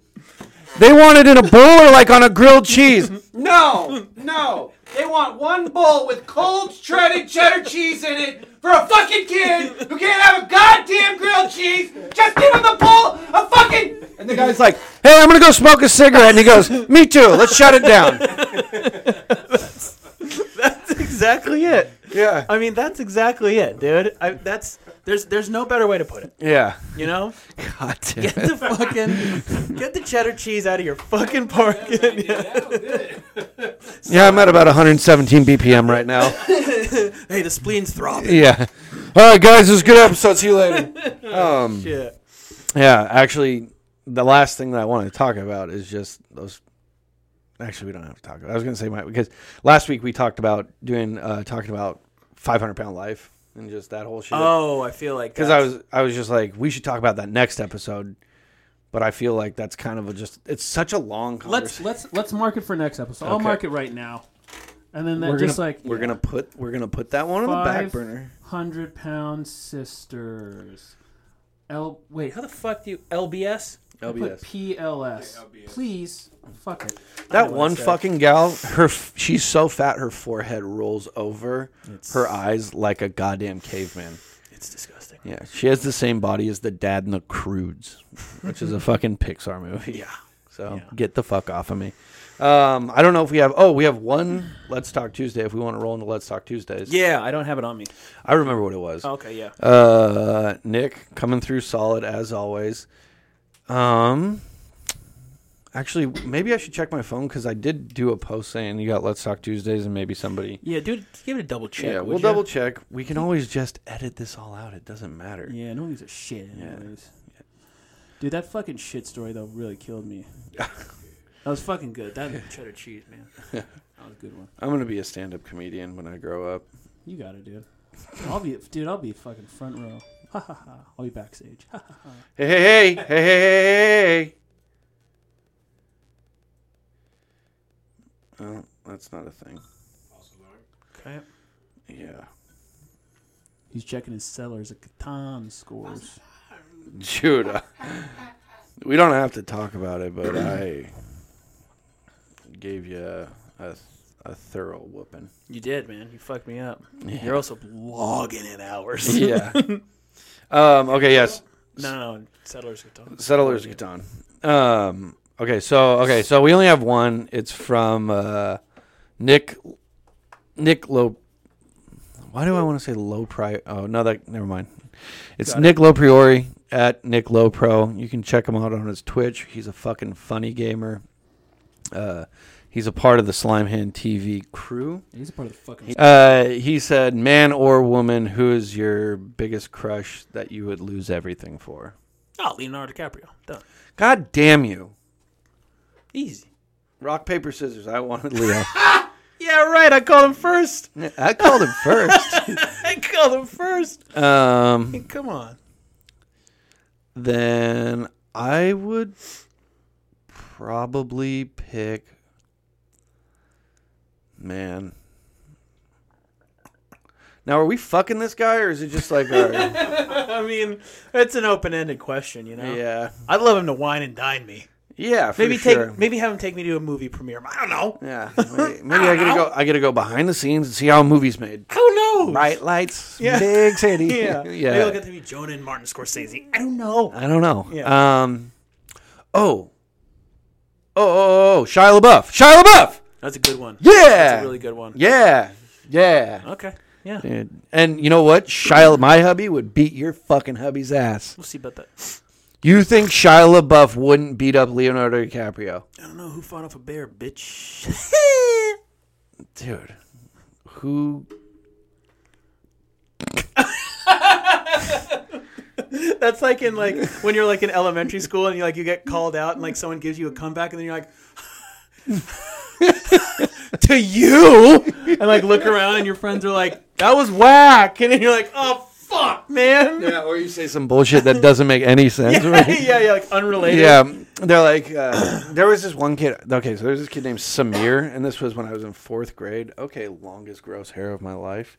They want it in a bowl or like on a grilled cheese. No, no. They want one bowl with cold shredded cheddar cheese in it for a fucking kid who can't have a goddamn grilled cheese. Just give him the bowl of fucking. And the guy's like, hey, I'm going to go smoke a cigarette. And he goes, me too. Let's shut it down. that's exactly it. Yeah. I mean, that's exactly it, dude. I, that's there's there's no better way to put it. Yeah. You know, God damn get it. the fucking get the cheddar cheese out of your fucking pocket. Yeah, I'm at about 117 BPM right now. hey, the spleen's throbbing. Yeah. All right, guys, this is a good episode. See you later. Um, Shit. Yeah, actually, the last thing that I wanted to talk about is just those. Actually, we don't have to talk about. It. I was going to say my because last week we talked about doing uh, talking about 500 pound life and just that whole shit. Oh, I feel like Because I was I was just like we should talk about that next episode, but I feel like that's kind of a just it's such a long Let's conversation. let's let's mark it for next episode. I'll Okay. mark it right now, and then that we're just gonna, like we're gonna put we're gonna put that one on the back Five- burner. hundred pound sisters. L wait, how How the the fuck do you LBS? I put LBS. PLS? LBS. Please, fuck it. That one fucking gal, her f- she's so fat her forehead rolls over her eyes like a goddamn caveman. It's disgusting. Yeah, she has the same body as the dad in the Crudes, which is a fucking Pixar movie. Yeah. So get the fuck off of me. Um, I don't know if we have. Oh, we have one Let's Talk Tuesday. If we want to roll into Let's Talk Tuesdays, Yeah, I don't have it on me. I remember what it was. Oh, Okay, yeah. Uh, Nick coming through solid as always. Um, actually, maybe I should check my phone because I did do a post saying you got Let's Talk Tuesdays and maybe somebody. Yeah, dude, give it a double check. yeah, would we'll ya? double check. We can always just edit this all out. It doesn't matter. Yeah, no one gives a shit anyways. Dude, that fucking shit story though really killed me. that was fucking good. That cheddar cheese, man. That was a good one. I'm gonna be a stand-up comedian when I grow up. You got it, dude. I'll be, dude. I'll be fucking front row. Ha ha ha. I'll be backstage. Ha, ha. Hey, hey, hey, hey, hey, hey, hey. Oh, that's not a thing. Okay. Yeah. He's checking his cellars at Catan scores. Judah. We don't have to talk about it, but I gave you a, a, a thorough whooping. You did, man. You fucked me up. You're also logging in hours. Yeah. um, okay, yes. no, no, settlers are talking. Settlers of Catan. Um, okay, so okay, so we only have one. It's from uh, Nick Nick Low Why do I want to say low pri oh no that never mind. It's Nick Low Priori at Nick Low Pro. You can check him out on his Twitch. He's a fucking funny gamer. Uh, he's a part of the Slime Hand TV crew. He's a part of the fucking. Uh, he said, "Man or woman, who is your biggest crush that you would lose everything for?" Oh, Leonardo DiCaprio. Done. God damn you! Easy. Rock, paper, scissors. I wanted Leo. Yeah, right. I called him first. I called him first. I called him first. Um, Come on. then I would probably pick. Man. Now, are we fucking this guy, or is it just like, our, I mean, it's an open-ended question, you know. yeah, I'd love him to wine and dine me. yeah, for Maybe sure. take maybe have him take me to a movie premiere. I don't know. Yeah, maybe, maybe I gotta go. I gotta go behind the scenes and see how a movie's made. Who knows? Bright lights, Oh, Yeah. big city. Yeah. yeah. Maybe I'll get to be Jonah and Martin Scorsese. I don't know. I don't know. Yeah. Um. Oh. Oh, oh, oh, oh, Shia LaBeouf. Shia LaBeouf. That's a good one. Yeah. That's a really good one. Yeah. Yeah. Okay. Yeah. Dude. And you know what? Shia, my hubby would beat your fucking hubby's ass. We'll see about that. You think Shia LaBeouf wouldn't beat up Leonardo DiCaprio? I don't know who fought off a bear, bitch. Dude, who? That's like in like when you're like in elementary school and you like you get called out and like someone gives you a comeback and then you're like to you and like look around and your friends are like that was whack and then you're like oh fuck man yeah Yeah, or you say some bullshit that doesn't make any sense. right? yeah, like unrelated Yeah, they're like uh, there was this one kid. Okay, so there's this kid named Samir, and this was when I was in fourth grade. Okay, longest gross hair of my life.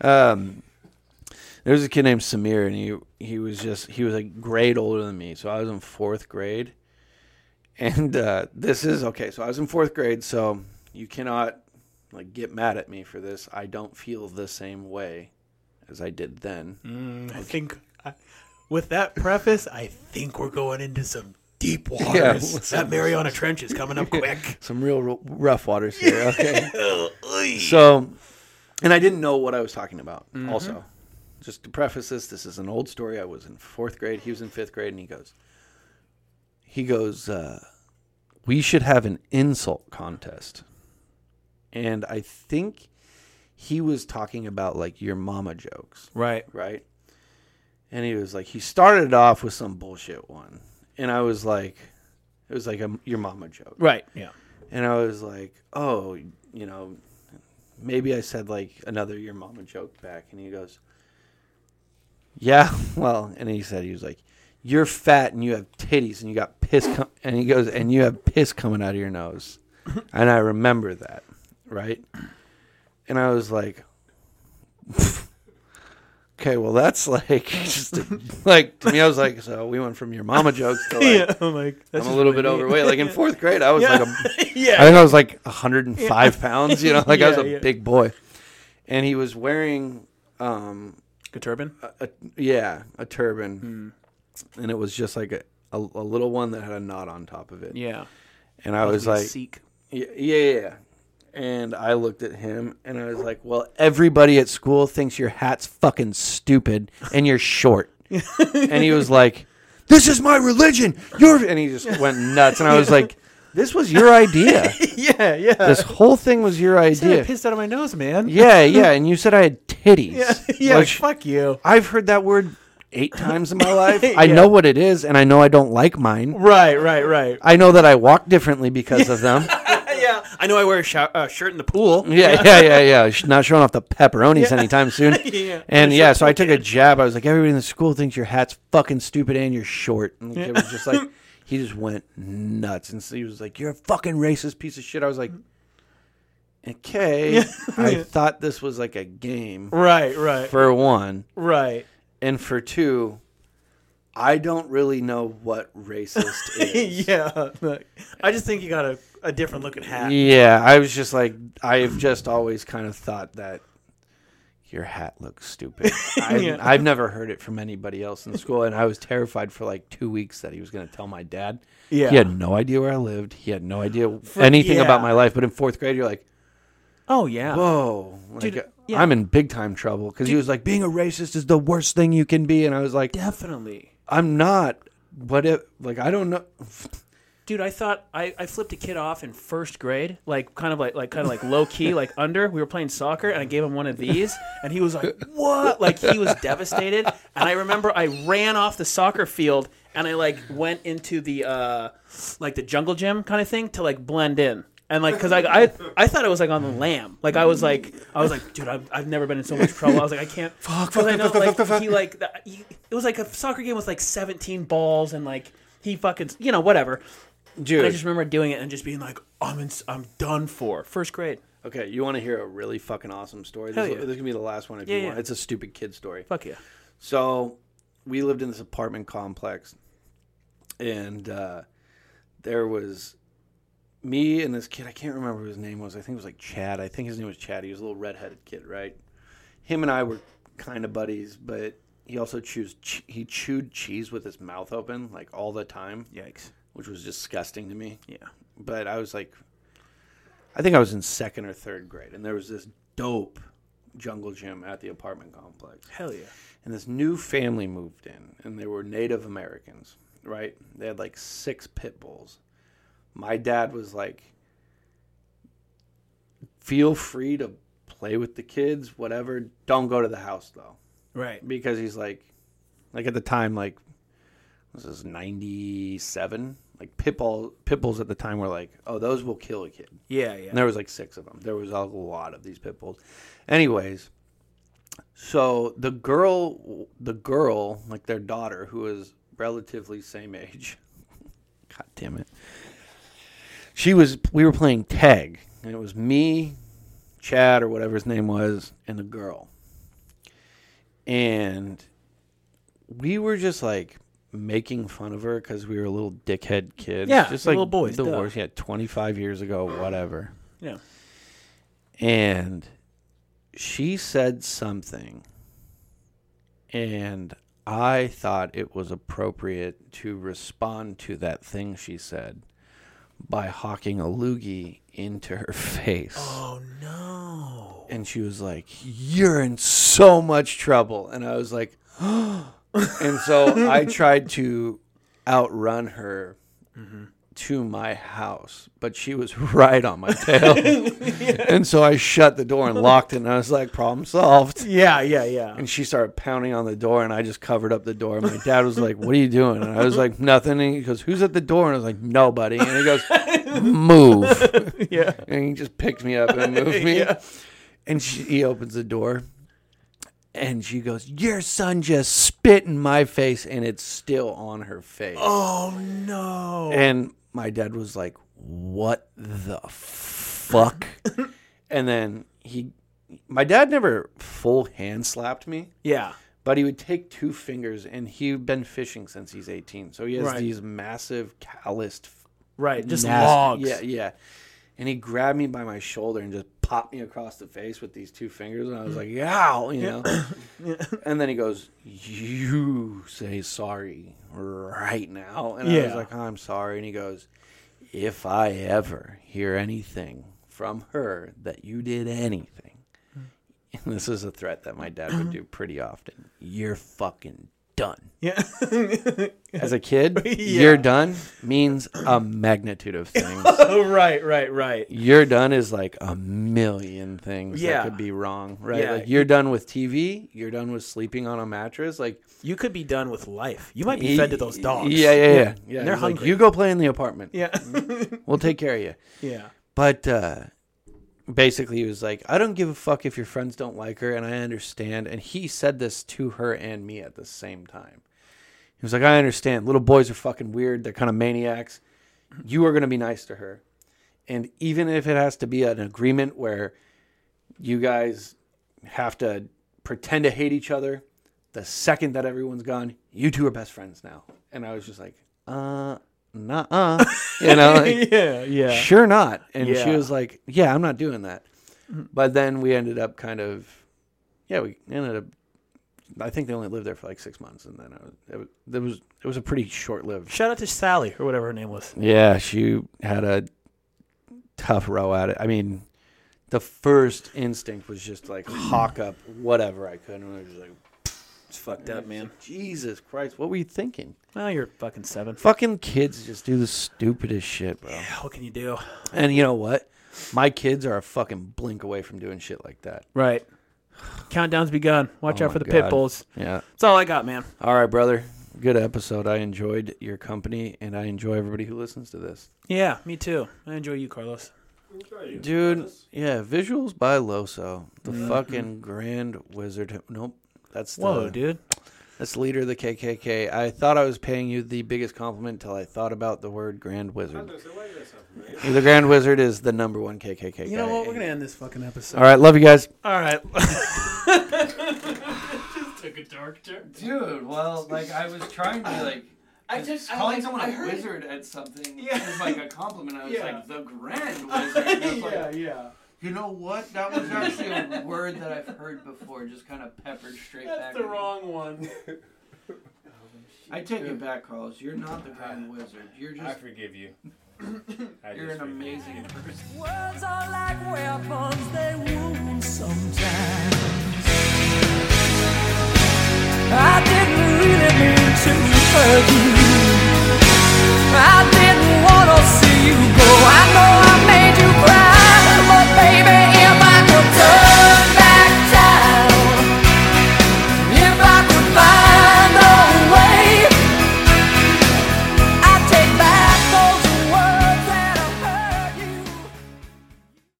Um, there was a kid named Samir, and he he was just he was a grade older than me, so I was in fourth grade. And uh, this is okay. So I was in fourth grade, so you cannot like get mad at me for this. I don't feel the same way as I did then. I think I, with that preface I think we're going into some deep Yeah. waters that Mariana Trench is coming up quick some real r- rough waters here. Okay. so, and I didn't know what I was talking about. Also, just to preface this, this is an old story. I was in fourth grade. He was in fifth grade, and he goes, he goes, uh, we should have an insult contest. And I think he was talking about like your mama jokes right right? And he was like, he started off with some bullshit one, and I was like, it was like a your mama joke, right yeah and I was like, oh, you know, maybe I said like another your mama joke back, and he goes, yeah, well, and he said he was like, you're fat and you have titties and you got piss, com-, and he goes, and you have piss coming out of your nose, and I remember that, right? And I was like, okay, well, that's like just a- like to me, I was like, so we went from your mama jokes to like. yeah I'm like that's I'm a just little what I bit mean. overweight. Like in fourth grade, I was like a yeah I think I was like 105 pounds. You know, like I was Yeah, a yeah. big boy, and he was wearing, um, Good turban. a, yeah, a turban, Hmm. and it was just like a, a, a little one that had a knot on top of it. Yeah. and I was like, Seek. yeah, yeah, yeah, yeah. And I looked at him, and I was like, well, everybody at school thinks your hat's fucking stupid, and you're short. and he was like, this is my religion. You're, and he just went nuts, and I was like. This was your idea. Yeah, yeah. this whole thing was your idea. pissed out of my nose, man. Yeah, yeah, and you said I had titties. yeah. which fuck you. I've heard that word eight times in my life. I Yeah. know what it is, and I know I don't like mine. Right, right, right. I know that I walk differently because of them. yeah, I know. I wear a shou- uh, shirt in the pool. Yeah, yeah, yeah, yeah. Sh- Not showing off the pepperonis anytime soon. Yeah. And yeah, so I took a jab. I was like, everybody in the school thinks your hat's fucking stupid and you're short. And it was just like, he just went nuts. And so he was like, you're a fucking racist piece of shit. I was like, okay. I thought this was like a game. Right, right, for one, right. and for two, I don't really know what racist is. yeah, look, I just think you got a, a different looking hat. yeah, I was just like, I've just always kind of thought that your hat looks stupid. I've, Yeah. I've never heard it from anybody else in school, and I was terrified for like two weeks that he was going to tell my dad. Yeah. He had no idea where I lived. He had no idea anything yeah. about my life. But in fourth grade, you're like, Oh yeah. whoa, like, Dude, yeah. I'm in big time trouble. Because he was like, being a racist is the worst thing you can be. And I was like, Definitely, I'm not. But it like I don't know. dude. I thought I, I flipped a kid off in first grade, like kind of like like kind of like low key, like under. We were playing soccer, and I gave him one of these, and he was like, "What?" Like he was devastated. And I remember I ran off the soccer field, and I like went into the uh like the jungle gym kind of thing to like blend in. And like, cause I, I, I thought it was like on the lam. Like I was like, I was like, dude, I've, I've never been in so much trouble. I was like, I can't. Fuck, fuck, I know, like, He like, the, he, it was like a soccer game with like 17 balls and like he fucking, you know, whatever. And I dude. just remember doing it and just being like, I'm in, I'm done for first grade. Okay, you want to hear a really fucking awesome story? Hell This, yeah. this can be the last one if Yeah, you want. yeah. It's a stupid kid story. Fuck yeah. So we lived in this apartment complex, and uh, there was me and this kid. I can't remember what his name was. I think it was like Chad. I think his name was Chad. He was a little redheaded kid, right? Him and I were kind of buddies, but he also chews che- he chewed cheese with his mouth open like all the time, Yikes. which was disgusting to me Yeah. but I was like, I think I was in second or third grade, and there was this dope jungle gym at the apartment complex. Hell yeah. And this new family moved in, and they were Native Americans, right? They had like six pit bulls. My dad was like, feel free to play with the kids, whatever. Don't go to the house, though Right. because he's like, like at the time, like this is ninety seven. Like pitbull, pitbulls at the time were like, oh, those will kill a kid. Yeah. And Yeah. there was like six of them. There was a lot of these pitbulls. Anyways, so the girl, the girl, like their daughter, who is relatively same age. God damn it. She was. We were playing tag, and it was me, Chad or whatever his name was, and the girl. And we were just like making fun of her because we were little dickhead kids. Yeah, just little boys, The duh. worst. Yeah, twenty five years ago, whatever. Yeah. And she said something, and I thought it was appropriate to respond to that thing she said by hawking a loogie into her face Oh no. and she was like, "You're in so much trouble." And I was like, and so I tried to outrun her to my house, but she was right on my tail. And so I shut the door and locked it, and I was like, "Problem solved." Yeah. Yeah. Yeah. And she started pounding on the door, and I just covered up the door. And my dad was like, "What are you doing?" And I was like, "Nothing." And he goes, "Who's at the door?" And I was like, "Nobody." And he goes, "Move." Yeah. and he just picked me up and moved me. And she, he opens the door, and she goes, "Your son just spit in my face, and it's still on her face." Oh no. And my dad was like, "What the fuck?" and then he, my dad never full hand slapped me Yeah. but he would take two fingers and he'd been fishing since he's 18 so he has Right. these massive calloused Right. Just nasty- logs. yeah yeah and he grabbed me by my shoulder and just popped me across the face with these two fingers and i was like yow you know and then he goes you say sorry right now and i was Yeah. like i'm sorry and he goes if i ever hear anything from her that you did anything and this is a threat that my dad would do pretty often. You're fucking done. Yeah. As a kid, you're done means a magnitude of things. oh right. Right. Right. you're done is like a million things Yeah. that could be wrong, right? Yeah. Like you're done with TV, you're done with sleeping on a mattress, like You could be done with life. You might be fed to those dogs. Yeah, yeah, yeah. yeah. And they're he's like, hungry. you go play in the apartment. Yeah. We'll take care of you. yeah. But uh, basically, he was like, I don't give a fuck if your friends don't like her, and I understand. And he said this to her and me at the same time. He was like, I understand. Little boys are fucking weird. They're kind of maniacs. You are going to be nice to her. And even if it has to be an agreement where you guys have to pretend to hate each other, the second that everyone's gone, you two are best friends now. And I was just like, uh, nah, uh. You know, like, Yeah. Yeah. sure not and she Yeah. was like yeah i'm not doing that but then we ended up kind of yeah we ended up i think they only lived there for like six months and then i was it was it was, it was a pretty short lived Shout out to Sally or whatever her name was. yeah she had a tough row at it i mean the first instinct was just like hawk up whatever i could and i was just like It's fucked up, man. jesus christ what were you thinking Well, you're fucking seven. fucking kids just do the stupidest shit bro What can you do? and you know what my kids are a fucking blink away from doing shit like that Right. Countdown's begun. Watch Oh out for my the God. pit bulls. Yeah. That's all I got, man. All right, brother. Good episode. I enjoyed your company and I enjoy everybody who listens to this. Yeah, me too. I enjoy you, Carlos. Okay. Dude, yeah, visuals Mm-hmm. by Loso. The fucking grand wizard. Nope. That's the, Whoa, dude. That's the leader of the KKK. I thought I was paying you the biggest compliment until I thought about the word Grand Wizard. So why did that sound familiar? The Grand Wizard is the number one KKK. You know guy. what? We're gonna end this fucking episode. All right, love you guys. All right. Took a dark turn. Dude, well, like I was trying to like. I just I, calling like, someone a I heard wizard at something Yeah. was like a compliment. I was Yeah. like, the grand wizard. And I was like, yeah. you know what? That was actually a word that I've heard before, just kind of peppered straight back. That's the at me. wrong one. I take it back, Carlos. You're not the grand wizard. You're I just forgive you. I you're an just forgive you. amazing person. Words are like weapons, they wound sometimes. I didn't really mean to hurt you.